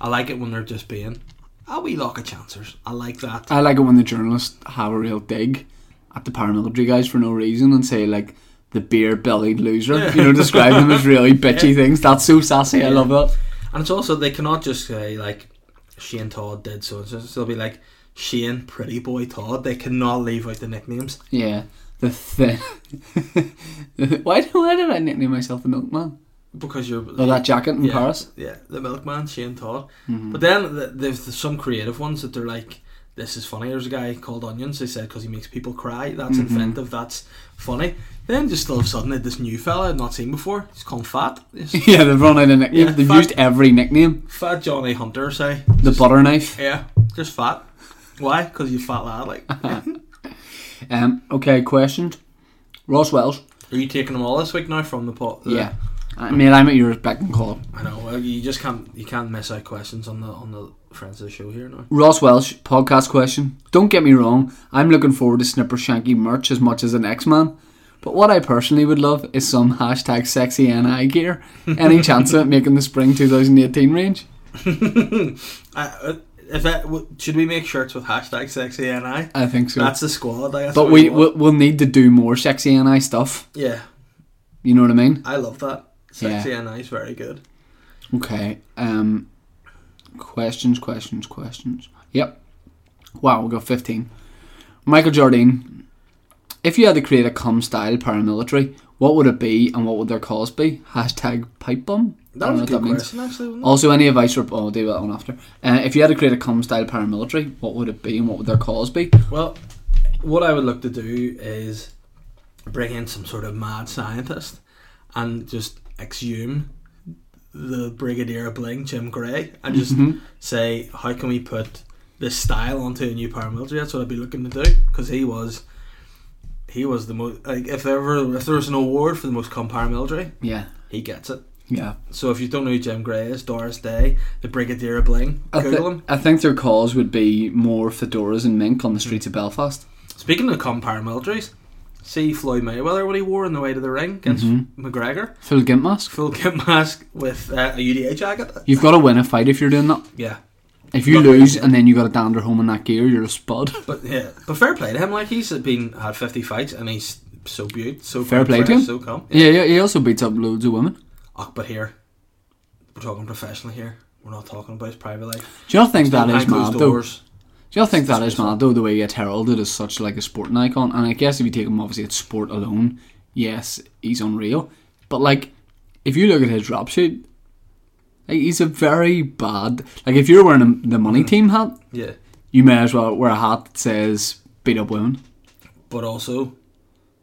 S4: I like it when they're just being a wee lock of chancers. I like that.
S5: I like it when the journalists have a real dig at the paramilitary guys for no reason and say like the beer bellied loser. You know, describe them as really bitchy things. That's so sassy. I love that.
S4: And it's also they cannot just say like Shane Todd did so and so. They'll be like Shane Pretty Boy Todd. They cannot leave out the nicknames.
S5: Yeah, the thin. why, do- why did I nickname myself the milkman?
S4: Because you're
S5: Or that jacket in
S4: yeah,
S5: Paris? Mm-hmm.
S4: Yeah, the Milkman, Shane Todd. But then th- there's the- some creative ones that they're like, this is funny. There's a guy called Onions. They said because he makes people cry. That's
S5: Mm-hmm.
S4: inventive. That's funny. Then just all of a sudden, they had this new fella I'd not seen before. He's called Fat. It's
S5: Yeah, they've run out of nicknames.
S4: Yeah,
S5: they've
S4: fuck.
S5: used every nickname.
S4: fat Johnny Hunter. Say,
S5: The butter knife.
S4: yeah, just fat. Why? Because you fat lad. Like, are
S5: Um, okay, questioned. Ross Welsh.
S4: you taking them all this week now from the pot? the-
S5: Yeah. I mean, I'm at your beck and call.
S4: I know. well, You just can't. You can't miss out questions on the on the friends of the show here now.
S5: Ross Welsh, podcast question. Don't get me wrong, I'm looking forward to Snipper Shanky merch as much as an X Man. But what I personally would love is some hashtag sexy NI gear. Any chance of it making the spring 2018 range?
S4: I, uh, If it, w- should we make shirts with hashtag sexy ni?
S5: I think so.
S4: That's the squad. Like, that's
S5: but
S4: what
S5: we
S4: want.
S5: we'll, we'll need to do more sexy and I stuff.
S4: yeah,
S5: You know what I mean?
S4: I love that. Sexy ni is very good.
S5: Okay. Um, questions, questions, questions. Yep. Wow, we'll go 15. Michael Jardine, if you had to create a cum style paramilitary, what would it be and what would their cause be? Hashtag pipe bomb.
S4: That was a good question, actually. Wasn't it?
S5: Also, any advice or oh, I'll do that one after. Uh, if you had to create a cum style paramilitary, what would it be and what would their cause be?
S4: Well, what I would look to do is bring in some sort of mad scientist and just exhume the Brigadier of Bling, Jim Gray, and just
S5: Mm-hmm.
S4: say, how can we put this style onto a new paramilitary? That's what I'd be looking to do because he was. He was the most like if there ever if there was an award for the most calm paramilitary,
S5: Yeah,
S4: he gets it.
S5: yeah.
S4: So if you don't know who Jim Gray is, Doris Day, the Brigadier of Bling,
S5: I, thi-
S4: Google him.
S5: I think their cause would be more fedoras and mink on the streets of Belfast.
S4: Speaking of calm paramilitaries, see Floyd Mayweather what he wore on the way to the ring against
S5: Mm-hmm.
S4: McGregor.
S5: Full gimp mask.
S4: Full kit mask with uh, a UDA jacket.
S5: You've got to win a fight if you're doing that.
S4: Yeah,
S5: If you
S4: Look-
S5: lose and then you got to dander home in that gear, you're a spud.
S4: but yeah, but fair play to him. Like he's been had fifty fights and he's so beaut, so
S5: Fair play to
S4: fresh,
S5: him.
S4: so calm. Yeah.
S5: Yeah, yeah. He also beats up loads of women.
S4: Oh, but here we're talking professionally here. We're not talking about his private life.
S5: Do you not think that
S4: Behind
S5: is mad
S4: closed
S5: though?
S4: doors.
S5: Do you not think that is mad though? The way he gets heralded as such like a sporting icon, and I guess if you take him obviously at sport alone, yes, he's unreal. But like, if you look at his drop shoot, like, he's a very bad. Like if you're wearing a, the money team hat,
S4: Yeah,
S5: you may as well wear a hat that says "beat up women."
S4: but also,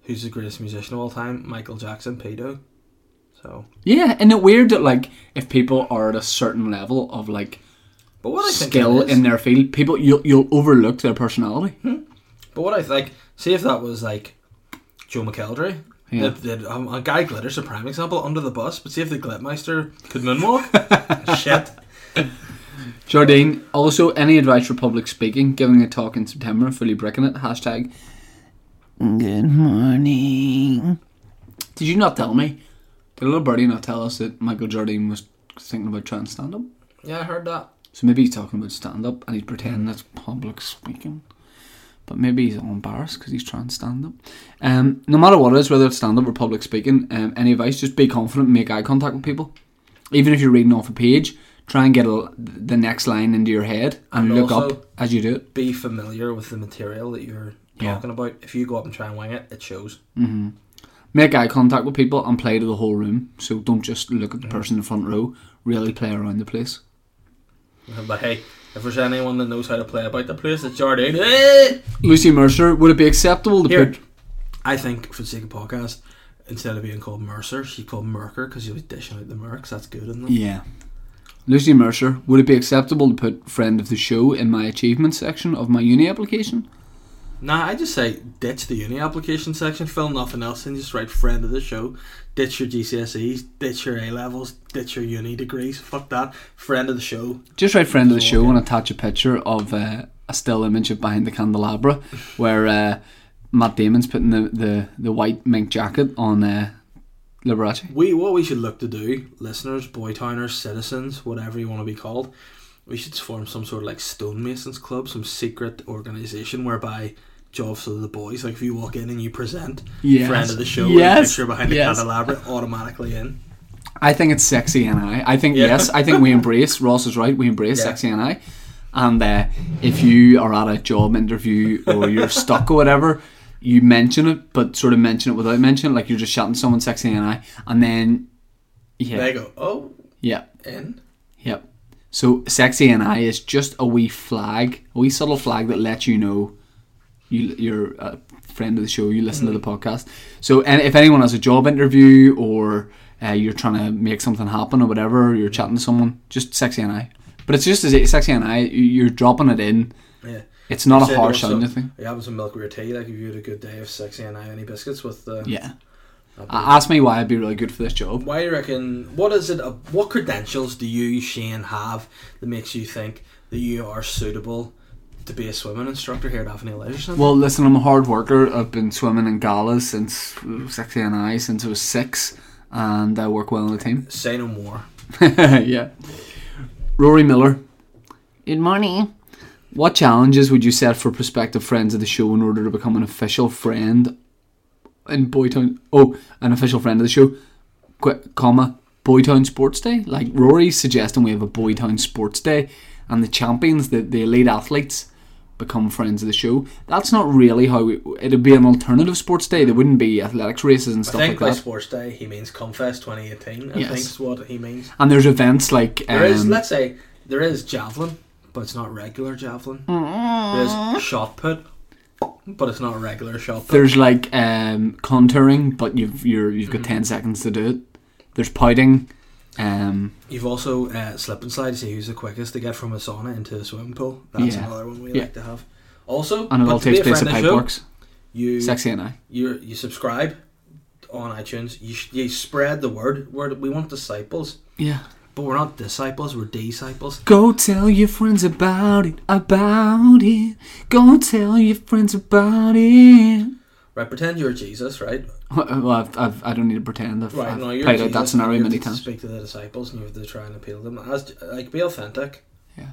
S4: who's the greatest musician of all time? Michael Jackson, pedo. So,
S5: Yeah, and it weird that like if people are at a certain level of like
S4: but what I think it
S5: skill
S4: is-
S5: in their field, people you'll, you'll overlook their personality.
S4: But what I think, see if that was like Joe McKeldry.
S5: Yeah.
S4: That- that- um, a guy glitters a prime example under the bus, but see if the glitmeister could moonwalk. Shit.
S5: Jardine, also any advice for public speaking, giving a talk in September, fully breaking it. Hashtag Good morning. Did you not tell me? Did little birdie not tell us that Michael Jardine was thinking about trying stand up?
S4: Yeah, I heard that.
S5: So maybe he's talking about stand up and he's pretending that's public speaking. But maybe he's all embarrassed because he's trying stand up. Um, no matter what it is, whether it's stand up or public speaking, um, any advice, just be confident and make eye contact with people. Even if you're reading off a page, try and get a, the next line into your head and,
S4: And
S5: look
S4: also-
S5: up as you do it.
S4: Be familiar with the material that you're
S5: Yeah.
S4: talking about. If you go up and try and wing it, it shows.
S5: Make eye contact with people and play to the whole room. So don't just look at the person in the front row, really play around the place.
S4: But hey, if there's anyone that knows how to play about the place, it's Jardine. Eh!
S5: Lucy Mercer, would it be acceptable to
S4: Here.
S5: put.
S4: I think for the sake of podcast, instead of being called Mercer, she's called Merker because she was dishing out the mercs. That's good, isn't it?
S5: Yeah. Lucy Mercer, would it be acceptable to put friend of the show in my achievement section of my uni application?
S4: Nah, I just say ditch the uni application section, fill nothing else in, just write friend of the show, ditch your GCSEs, ditch your A levels, ditch your uni degrees, fuck that, friend of the show.
S5: Just write friend of the show and attach a picture of uh, a still image of behind the candelabra where uh, Matt Damon's putting the, the, the white mink jacket on uh, Liberace.
S4: We what we should look to do, listeners, boytowners, citizens, whatever you want to be called, we should form some sort of like stonemasons club, some secret organization whereby jobs of the boys, like if you walk in and you present
S5: Yes.
S4: friend of the show,
S5: Yes.
S4: and a picture behind the
S5: Yes.
S4: candelabra, automatically in.
S5: I think it's sexy and I. I think
S4: Yeah.
S5: yes. I think we embrace. Ross is right. We embrace
S4: Yeah.
S5: sexy and I. And uh, if you are at a job interview or you're stuck or whatever, you mention it, but sort of mention it without mention. it, Like you're just shouting someone sexy and I, and then yeah,
S4: There you go. Oh,
S5: yeah,
S4: in.
S5: Yep. So sexy and I is just a wee flag, a wee subtle flag that lets you know you, you're a friend of the show. You listen to the podcast. So and if anyone has a job interview or uh, you're trying to make something happen or whatever, you're chatting to someone, just sexy and I. But it's just as it- sexy and I. you- You're dropping it in.
S4: Yeah.
S5: It's not
S4: Say
S5: a
S4: there
S5: harsh
S4: was
S5: sound or
S4: some-
S5: thing.
S4: Yeah, having some milk with your tea, like if you had a good day of sexy and I any biscuits with the.
S5: Yeah. A- Ask me why I'd be really good for this job.
S4: Why do you reckon? What is it? uh, What credentials do you, Shane, have that makes you think that you are suitable to be a swimming instructor here at Avonlea Leisure Centre?
S5: Well, listen, I'm a hard worker. I've been swimming in galas since sexy and I since I was six, and I work well on the team.
S4: Say no more.
S5: yeah. Rory Miller. Good morning. What challenges would you set for prospective friends of the show in order to become an official friend in Boytown? Oh, an official friend of the show, qu- comma Boytown Sports Day. Like Rory's suggesting, we have a Boytown Sports Day, and the champions, the, the elite athletes, become friends of the show. That's not really how we, it'd be an alternative sports day. There wouldn't be athletics races and
S4: I
S5: stuff
S4: think
S5: like
S4: by
S5: that.
S4: Sports Day he means Confest 2018. I
S5: Yes.
S4: think is what he means.
S5: And there's events like um,
S4: There is, let's say, there is javelin, but it's not regular javelin. There's shot put, but it's not regular shot put.
S5: There's like um, contouring, but you've you're, you've got
S4: Mm-hmm.
S5: ten seconds to do it. There's pouting. Um,
S4: You've also uh, slip and slide to see who's the quickest to get from a sauna into a swimming pool. That's
S5: Yeah.
S4: another one we
S5: Yeah.
S4: like to have. Also,
S5: and it
S4: but
S5: all
S4: to
S5: takes
S4: be a
S5: place at
S4: friend of the show,
S5: Pipeworks.
S4: You,
S5: Sexy and I.
S4: you you subscribe on iTunes. You, sh- you spread the word. We're, we want disciples,
S5: Yeah.
S4: but we're not disciples. We're disciples.
S5: Go tell your friends about it, about it. Go tell your friends about it.
S4: Right? Pretend you're Jesus, right?
S5: Well, I've, I've, I don't need to pretend. I've,
S4: Right,
S5: I've
S4: no, you're
S5: played out
S4: Jesus,
S5: that scenario
S4: you
S5: many
S4: have to
S5: times.
S4: Speak to the disciples, and you have to try and appeal to them. As like, be authentic.
S5: Yeah.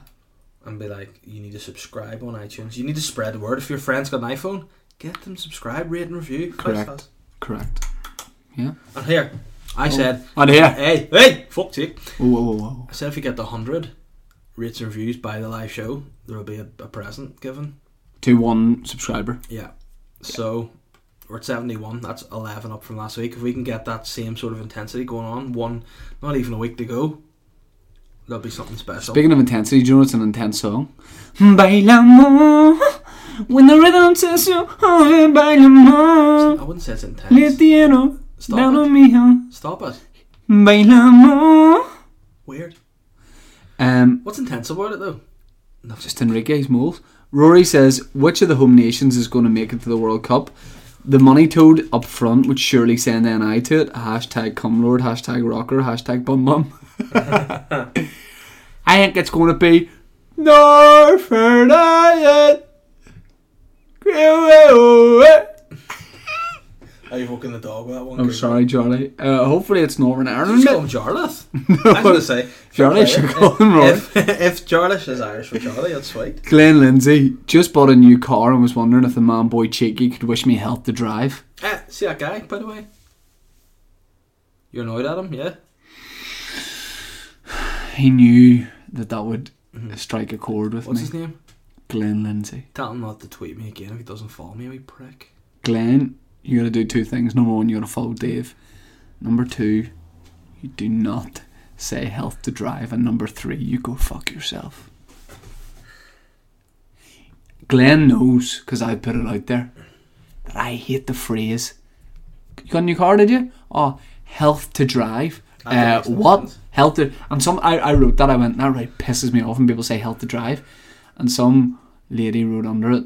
S4: And be like, you need to subscribe on iTunes. You need to spread the word. If your friend's got an iPhone, get them subscribe, rate, and review.
S5: Correct. Correct. Yeah.
S4: And here, I
S5: Oh.
S4: said,
S5: And here.
S4: hey, hey, fuck you.
S5: Whoa, whoa, whoa, whoa.
S4: I said if you get the hundred rates and reviews by the live show, there will be a, a present given.
S5: To one subscriber.
S4: Yeah. So we're at 71. That's 11 up from last week. If we can get that same sort of intensity going on, one, not even a week to go, that'll be something special.
S5: Speaking of intensity, do you know it's an intense song? Bailamos when the rhythm says so. oh, Bailamos,
S4: I wouldn't say it's intense.
S5: le dieron
S4: Stop
S5: down
S4: it.
S5: on me.
S4: Stop it.
S5: Bailamos.
S4: Weird.
S5: Um,
S4: What's intense about it though?
S5: just Enrique's moles. Rory says, which of the home nations is going to make it to the World Cup? The money toad up front would surely send NI to it. Hashtag cum lord, hashtag rocker, hashtag bum bum. I think it's going to be Northern Ireland.
S4: Are you walking the dog with that one?
S5: Oh, sorry, Charlie. Uh, hopefully, it's Northern
S4: Did you
S5: Ireland.
S4: call him Jarlath? I was going to say.
S5: Jarlath, you're
S4: if-
S5: calling him wrong.
S4: If, if Jarlath is Irish for Charlie, that's sweet.
S5: Glenn Lindsay just bought a new car and was wondering if the man boy Cheeky could wish me health to drive.
S4: Eh, see that guy, by the way? You're annoyed at him, yeah?
S5: He knew that that would strike a chord with
S4: Mm-hmm. What's
S5: me.
S4: his name?
S5: Glenn Lindsay.
S4: Tell him not to tweet me again if he doesn't follow me, we prick.
S5: Glenn, you gotta do two things. Number one, you gotta follow Dave. Number two, you do not say health to drive. And number three, you go fuck yourself. Glenn knows, because I put it out there, that I hate the phrase. You got a new car, did you? Oh, health to drive.
S4: That
S5: Uh,
S4: makes no
S5: what?
S4: sense.
S5: Health to. And some. I, I wrote that, I went, that right pisses me off when people say health to drive. And some lady wrote under it,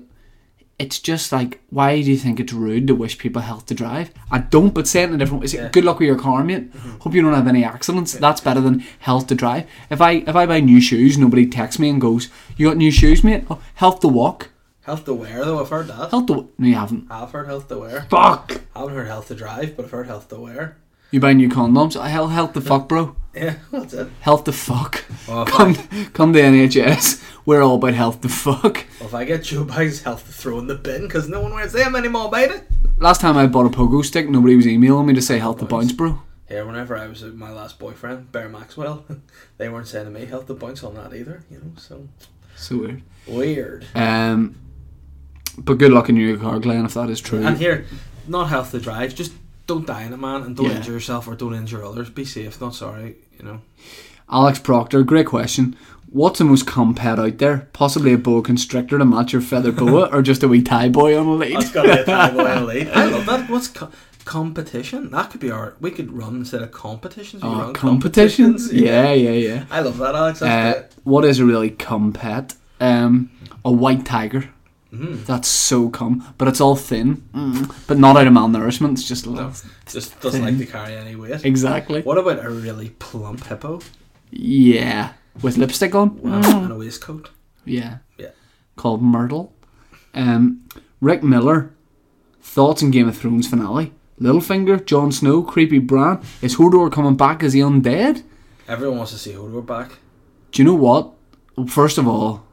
S5: it's just like, why do you think it's rude to wish people health to drive? I don't, but saying it in a different way. Say,
S4: Yeah.
S5: Good luck with your car, mate. Hope you don't have any accidents. That's better than health to drive. If I if I buy new shoes, nobody texts me and goes, "You got new shoes, mate? Oh, health to walk,
S4: Health to wear, though, I've heard that.
S5: health to." W-. No, you haven't.
S4: I've heard health to wear.
S5: Fuck.
S4: I haven't heard health to drive, but I've heard health to wear.
S5: You buy new condoms. I hell, health to fuck, bro.
S4: Yeah, that's it.
S5: Health to fuck.
S4: Well, if,
S5: Come,
S4: I,
S5: come to NHS. We're all about health to fuck.
S4: well, if I get Joe Biden's health to throw in the bin, because no one wears them anymore, baby.
S5: Last time I bought a pogo stick, nobody was emailing me to say health to bounce, bro.
S4: Yeah, whenever I was with my last boyfriend, Bear Maxwell, they weren't sending me health to points on that either, you know, so
S5: So weird.
S4: weird.
S5: Um, but good luck in your car, Glenn, if that is true.
S4: And here, not health to drive, just don't die in it, man, and don't
S5: Yeah.
S4: injure yourself or don't injure others. Be safe, not sorry, you know.
S5: Alex Proctor, great question. What's the most comp head out there? Possibly a boa constrictor to match your feather boa, or just a wee tie boy on a lead?
S4: That's got to be a tie boy and a lead. I love that. What's co- competition? That could be our. We could run instead of competitions. we
S5: Oh,
S4: run
S5: competitions? Yeah, yeah, yeah.
S4: I love that, Alex. That's
S5: Uh, what is a really cum pet? Um, a white tiger.
S4: Mm.
S5: That's so cum, but it's all thin, mm. but not out of malnourishment. It's just a little.
S4: great. Just doesn't like to carry any weight.
S5: exactly.
S4: What about a really plump hippo
S5: Yeah, with lipstick on.
S4: and a waistcoat?
S5: Yeah.
S4: Yeah.
S5: Called Myrtle. Um, Rick Miller. Thoughts on Game of Thrones finale. Littlefinger, Jon Snow, creepy Bran. Is Hodor coming back? Is he undead?
S4: Everyone wants to see Hodor back.
S5: Do you know what? First of all,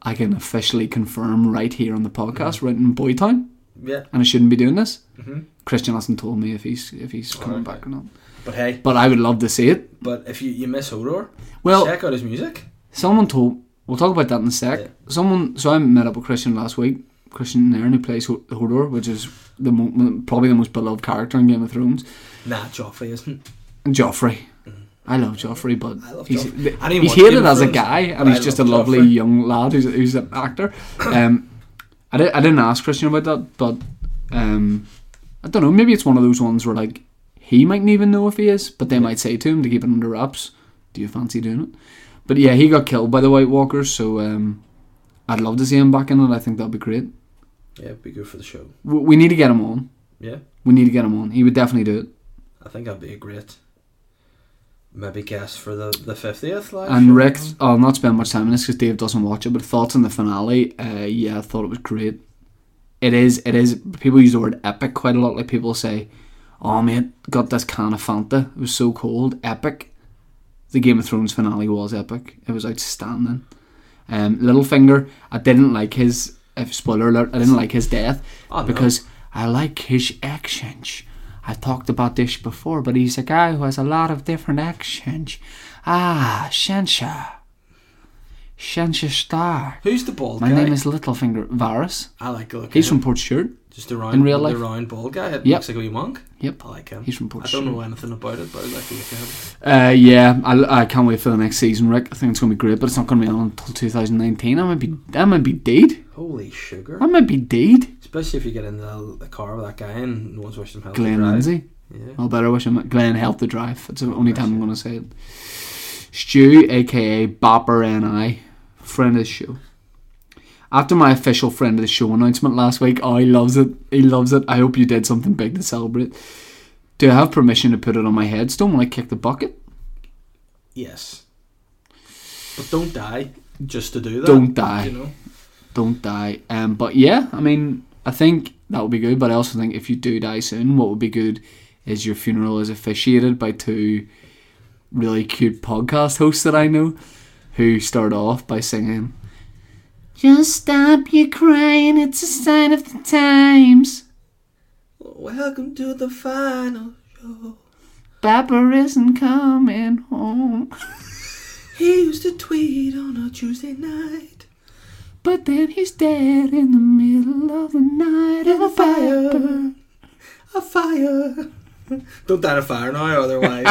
S5: I can officially confirm right here on the
S4: Mm-hmm.
S5: podcast, right in Boytown,
S4: Yeah.
S5: and I shouldn't be doing this.
S4: Mhm.
S5: Christian hasn't told me if he's if he's coming
S4: Oh, okay.
S5: back or not.
S4: But hey,
S5: But I would love to see it.
S4: but if you, you miss Hodor,
S5: Well,
S4: check out his music.
S5: Someone told. We'll talk about that in a sec.
S4: Yeah.
S5: Someone. So I met up with Christian last week. Christian Nairn, who plays Ho- Hodor, which is the mo- probably the most beloved character in Game of Thrones,
S4: Nah, Joffrey isn't.
S5: and Joffrey. I love Joffrey, but
S4: Mm-hmm. I love
S5: he's,
S4: Joffrey.
S5: th-
S4: I didn't
S5: he's
S4: watch Game
S5: hated
S4: of
S5: as a
S4: Thrones,
S5: guy,
S4: but
S5: and
S4: I
S5: he's just a
S4: love
S5: lovely
S4: Joffrey.
S5: young lad who's, who's an actor. Um, I, di- I didn't ask Christian about that, but um, I don't know. Maybe it's one of those ones where like he mightn't even know if he is, but they might say to him to keep it under wraps. Do you fancy doing it? But yeah, he got killed by the White Walkers, so um, I'd love to see him back in it. I think that'd be great.
S4: Yeah, it'd be good for the show.
S5: W- We need to get him on.
S4: Yeah,
S5: We need to get him on. He would definitely do it.
S4: I think that'd be a great maybe guess for the the fiftieth live. show.
S5: And Rick, I'll not spend much time on this because Dave doesn't watch it. But thoughts on the finale? Uh, yeah, I thought it was great. It is. It is. People use the word epic quite a lot. Like people say, "Oh mate, got this can of Fanta. It was so cold. Epic." The Game of Thrones finale was epic. It was outstanding. Um, Littlefinger, I didn't like his. If spoiler alert, I didn't like his death
S4: Oh, no.
S5: because I like his accents. I talked about this before, but he's a guy who has a lot of different accents. Ah, Shansha. Shansha Star.
S4: who's the bald
S5: My
S4: guy?
S5: name is Littlefinger Varus.
S4: I like the look.
S5: He's
S4: of
S5: from
S4: him.
S5: Port Stewart.
S4: just the round
S5: in real
S4: the
S5: life.
S4: round bald guy. It
S5: Yep.
S4: looks like a wee monk.
S5: Yep.
S4: I like him.
S5: He's from
S4: I don't
S5: Portsmouth.
S4: know anything about it, but I like the look of him.
S5: Uh, yeah, I, I can't wait for the next season, Rick. I think it's going to be great, but it's not going to be on until 2019. I might be, I might be dead.
S4: Holy sugar!
S5: I might be dead.
S4: Especially if you get in the, the car with that guy and no one's watched him help. you
S5: Glenn
S4: drive.
S5: Lindsay.
S4: Yeah. Oh,
S5: Well, better wish him Glenn helped the drive. That's the only time I'm going to say it. Stu, aka Bopper and I, friend of the show. After my official friend of the show announcement last week, oh, he loves it. He loves it. I hope you did something big to celebrate. Do I have permission to put it on my headstone when I kick the bucket?
S4: Yes. But don't die just to do that.
S5: Don't die.
S4: You know.
S5: Don't die. Um, but yeah, I mean, I think that would be good. But I also think if you do die soon, what would be good is your funeral is officiated by two really cute podcast hosts that I know, who start off by singing, "Just stop your crying. It's a sign of the times.
S4: Welcome to the final show.
S5: Papa isn't coming home."
S4: He used to tweet on a Tuesday night.
S5: But then he's dead in the middle of the night in a fire.
S4: A fire. Don't die in a fire now, otherwise.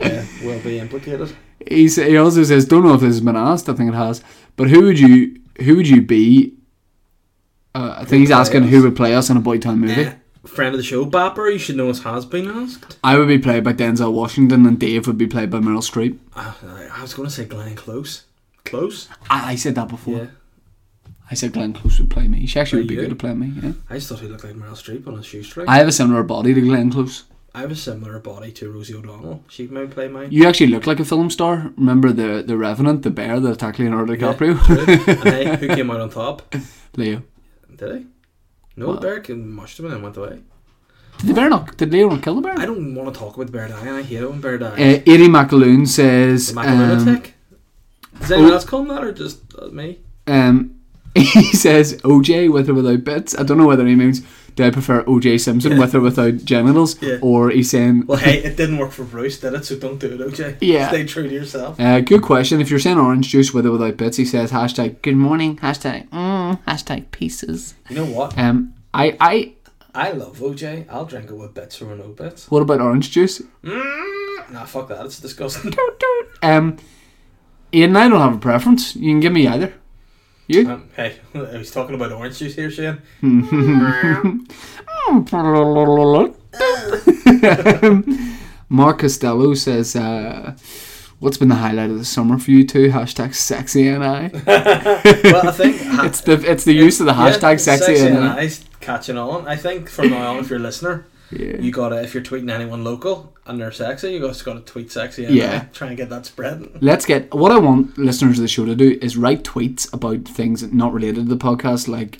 S4: yeah, we'll be implicated.
S5: He s- he also says, don't know if this has been asked. I think it has. But who would you who would you be? Uh, I think
S4: would
S5: he's
S4: play
S5: asking
S4: us?
S5: who would play us in a Boytown movie.
S4: Eh, friend of the show, Bapper, you should know us has been asked.
S5: I would be played by Denzel Washington, and Dave would be played by Meryl Streep.
S4: Ah, I was going to say Glenn Close. Close?
S5: I, I said that before.
S4: Yeah.
S5: I said Glenn Close would play me. She actually
S4: Are
S5: would be
S4: you?
S5: good at playing me. Yeah.
S4: I just thought he looked like Meryl Streep on a shoestring.
S5: I have a similar body to Glenn Close.
S4: I have a similar body to Rosie O'Donnell. She may play mine.
S5: You actually look like a film star. Remember the the Revenant, the bear that attacked Leonardo
S4: Yeah,
S5: DiCaprio,
S4: true. and hey, who came out on top?
S5: Leo.
S4: Did he? No, the bear came mushed him and then went away.
S5: Did the bear not? Did Leo not kill the bear?
S4: I don't want to talk about Bear Dying. I hate it when Bear Dying.
S5: Uh, Eddie McAloon says.
S4: the macaroon
S5: um,
S4: attack. Does anyone
S5: oh.
S4: else call him that or just uh, me?
S5: Um, he says OJ with or without bits. I don't know whether he means do I prefer OJ Simpson
S4: Yeah.
S5: with or without genitals,
S4: Yeah.
S5: or he's saying.
S4: Well, hey, it didn't work for Bruce, did it? So don't do it, OJ.
S5: Yeah.
S4: Stay true to yourself.
S5: Uh, good question. If you're saying orange juice with or without bits, he says hashtag good morning, hashtag mm, hashtag pieces.
S4: You know what?
S5: Um, I I
S4: I love OJ. I'll drink it with bits or no bits.
S5: what about orange juice?
S4: Mm, nah, fuck that. It's disgusting.
S5: Um, Ian, I don't have a preference. You can give me either. You?
S4: um, hey, he's talking about orange juice here, Shane.
S5: Mark Costello says, uh, "What's been the highlight of the summer for you two? Hashtag sexy and I."
S4: well, I think ha-
S5: It's the it's the use of the
S4: yeah,
S5: hashtag sexy,
S4: sexy
S5: and
S4: and I's catching on. I think from now on, if you're a listener,
S5: Yeah.
S4: you gotta if you're tweeting anyone local and they're sexy, you just gotta tweet sexy and
S5: Yeah.
S4: I. try and get that spread.
S5: Let's get what I want listeners of the show to do is write tweets about things that not related to the podcast, like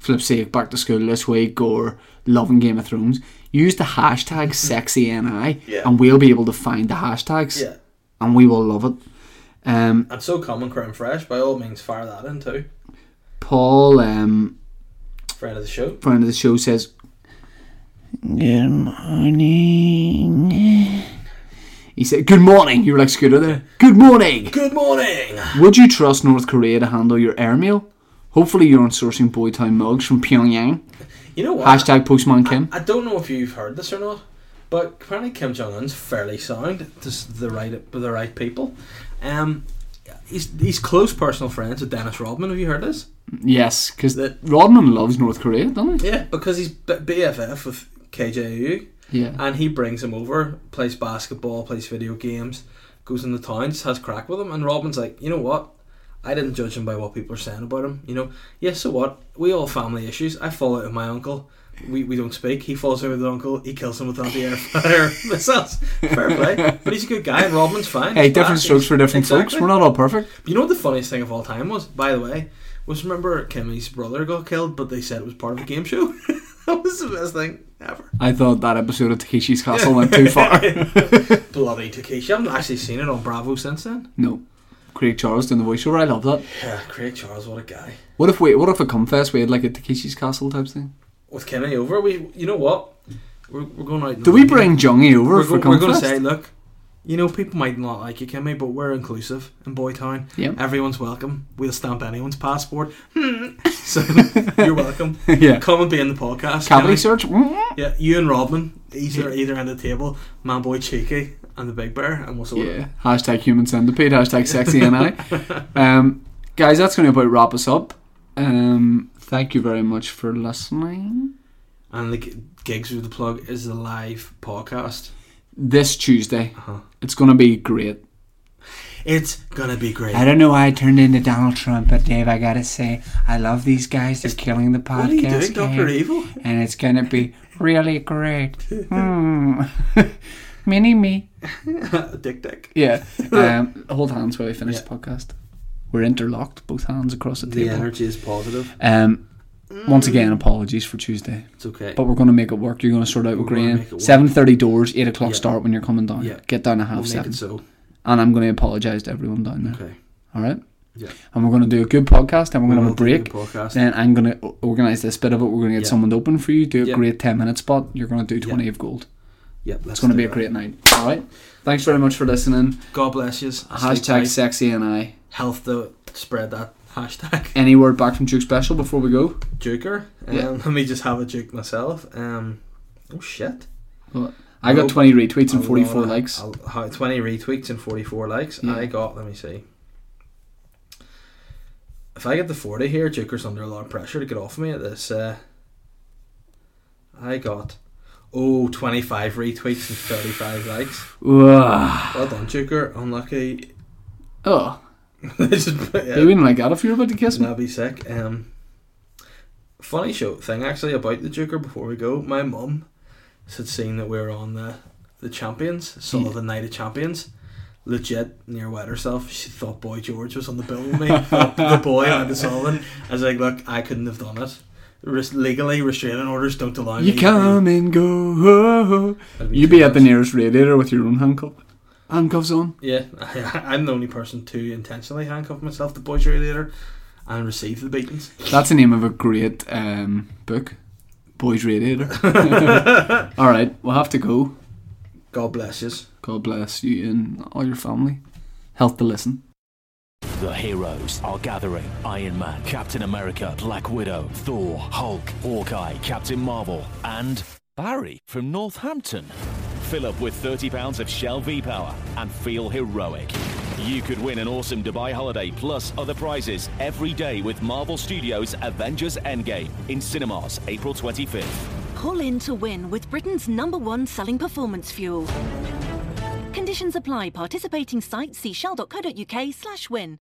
S5: Flipsic back to school this week or loving Game of Thrones. Use the hashtag sexy ni
S4: Mm-hmm. Yeah.
S5: and we'll be able to find the hashtags
S4: Yeah.
S5: and we will love it. Um,
S4: And so common, crime fresh. By all means, fire that in too.
S5: Paul, um,
S4: Friend of the show.
S5: friend of the show, says, "Good morning." He said, "Good morning." You were like Scooter there. Good morning.
S4: Good morning.
S5: Would you trust North Korea to handle your airmail? Hopefully, you're on sourcing Boytown mugs from Pyongyang.
S4: You know what?
S5: Hashtag Postman Kim.
S4: I don't know if you've heard this or not, but apparently Kim Jong Un's fairly sound. Just the right, the right people. Um, he's he's close personal friends with Dennis Rodman. Have you heard this?
S5: Yes, because
S4: That-
S5: Rodman loves North Korea, doesn't
S4: Yeah, because he's B- BFF with KJU,
S5: he? Yeah.
S4: and he brings him over, plays basketball, plays video games, goes in the towns, has crack with him, and Rodman's like, you know what? I didn't judge him by what people are saying about him. You know, yeah, so what? We all family issues. I fall out with my uncle. We, we don't speak. He falls out with his uncle. He kills him with anti-air fire missiles. Fair play. But he's a good guy, and Rodman's fine.
S5: Hey,
S4: He's
S5: different
S4: back.
S5: strokes for different
S4: Exactly.
S5: folks. We're not all perfect.
S4: You know what the funniest thing of all time was? By the way, was remember Kimmy's brother got killed, but they said it was part of a game show. that was the best thing ever.
S5: I thought that episode of Takeshi's Castle went too far.
S4: Bloody Takeshi. I haven't actually seen it on Bravo since then.
S5: no. Craig Charles doing the voiceover. I love that.
S4: Yeah, Craig Charles, what a guy.
S5: What if we? What if a confess we had like a Takeshi's Castle type thing?
S4: With Kimmy over, we, you know what? We're, we're going out. in the
S5: Do we
S4: wind here.
S5: bring Jongy over
S4: We're,
S5: for
S4: go- we're going to
S5: confess?
S4: say, look, you know, people might not like you, Kimmy, but we're inclusive in Boytown.
S5: Yep.
S4: Everyone's welcome. We'll stamp anyone's passport. Hmm. so you're welcome.
S5: yeah.
S4: Come and be in the podcast.
S5: Cavity
S4: Kimmy.
S5: search. Mm.
S4: Yeah, you and Rodman, either either end of the table, man boy cheeky and the big bear, and we'll sort it.
S5: Yeah. Hashtag human centipede. Hashtag sexy and I. Um, guys, that's going to about wrap us up. Um, thank you very much for listening.
S4: And the g- gigs with the plug is the live podcast.
S5: This Tuesday,
S4: Uh-huh.
S5: it's going to be great.
S4: It's gonna be great.
S2: I don't know why I turned into Donald Trump, but Dave, I gotta say, I love these guys. They're killing the podcast.
S4: What are you doing, Doctor
S2: game,
S4: Evil?
S2: And it's gonna be really great. Hmm. Mini me.
S4: dick, dick.
S5: Yeah. Um, hold hands while we finish the podcast. We're interlocked, both hands across the
S4: The Mm.
S5: table.
S4: energy is positive.
S5: Um, once again, apologies for Tuesday,
S4: It's okay.
S5: but we're going to make it work. You're going to sort out with
S4: gonna
S5: Graham.
S4: make it work.
S5: Seven thirty doors, eight o'clock
S4: Yeah.
S5: start when you're coming down.
S4: Yeah.
S5: Get down at half
S4: we'll make
S5: seven,
S4: it so.
S5: and I'm going to apologise to everyone down there.
S4: Okay.
S5: All right.
S4: Yeah.
S5: And we're going to do a good podcast. Then we're going to
S4: We'll
S5: have
S4: do
S5: a
S4: the
S5: break.
S4: Podcast.
S5: Then I'm going to organise this bit of it. We're going to get
S4: Yeah.
S5: someone to open for you. Do a
S4: Yeah.
S5: great ten minute spot. You're going to do twenty of gold.
S4: Yep.
S5: It's going to be a great night. All right. Thanks very much for listening.
S4: God bless you.
S5: Hashtag sexy and I.
S4: health to spread that hashtag.
S5: Any word back from Duke Special before we go?
S4: Joker. Um,
S5: Yeah.
S4: Let me just have a joke myself. Um, oh shit.
S5: I
S4: Oh,
S5: got 20 retweets and
S4: I'll uh,
S5: 44
S4: go on a-
S5: likes.
S4: I'll- how- 20 retweets and 44 likes.
S5: Yeah.
S4: I got, let me see. If I get the 40 here, Joker's under a lot of pressure to get off me at this. Uh, I got, oh, 25 retweets and 35 likes.
S5: Ugh.
S4: Well done, Joker. Unlucky.
S5: Oh,
S4: Just- yeah.
S5: you wouldn't like that if you were about to kiss me.
S4: That'd be sick. Um, funny show thing actually about the Joker. Before we go, my mum had seen that we were on the the Champions, so
S5: Yeah.
S4: the Night of Champions. Legit, near wet herself. She thought Boy George was on the bill with me. the the boy I was solving. I was like, look, I couldn't have done it. Res- legally, restraining orders don't allow me.
S5: You come and go.
S4: That'd
S5: You be at the
S4: too much.
S5: nearest radiator with your own handcuff. Handcuffs on.
S4: Yeah, I'm the only person to intentionally handcuff myself to Boy George later and receive the beatings.
S5: That's the name of a great um, book. Boys Radiator. All right, we'll have to go.
S4: God bless you.
S5: God bless you and all your family. Health to listen.
S3: The heroes are gathering. Iron Man, Captain America, Black Widow, Thor, Hulk, Hawkeye, Captain Marvel, and Barry from Northampton. Fill up with £30 of Shell V Power and feel heroic. You could win an awesome Dubai holiday plus other prizes every day with Marvel Studios Avengers Endgame in cinemas April 25th.
S6: Pull in to win with Britain's number one selling performance fuel. Conditions apply. Participating sites see shell.co.uk slash win.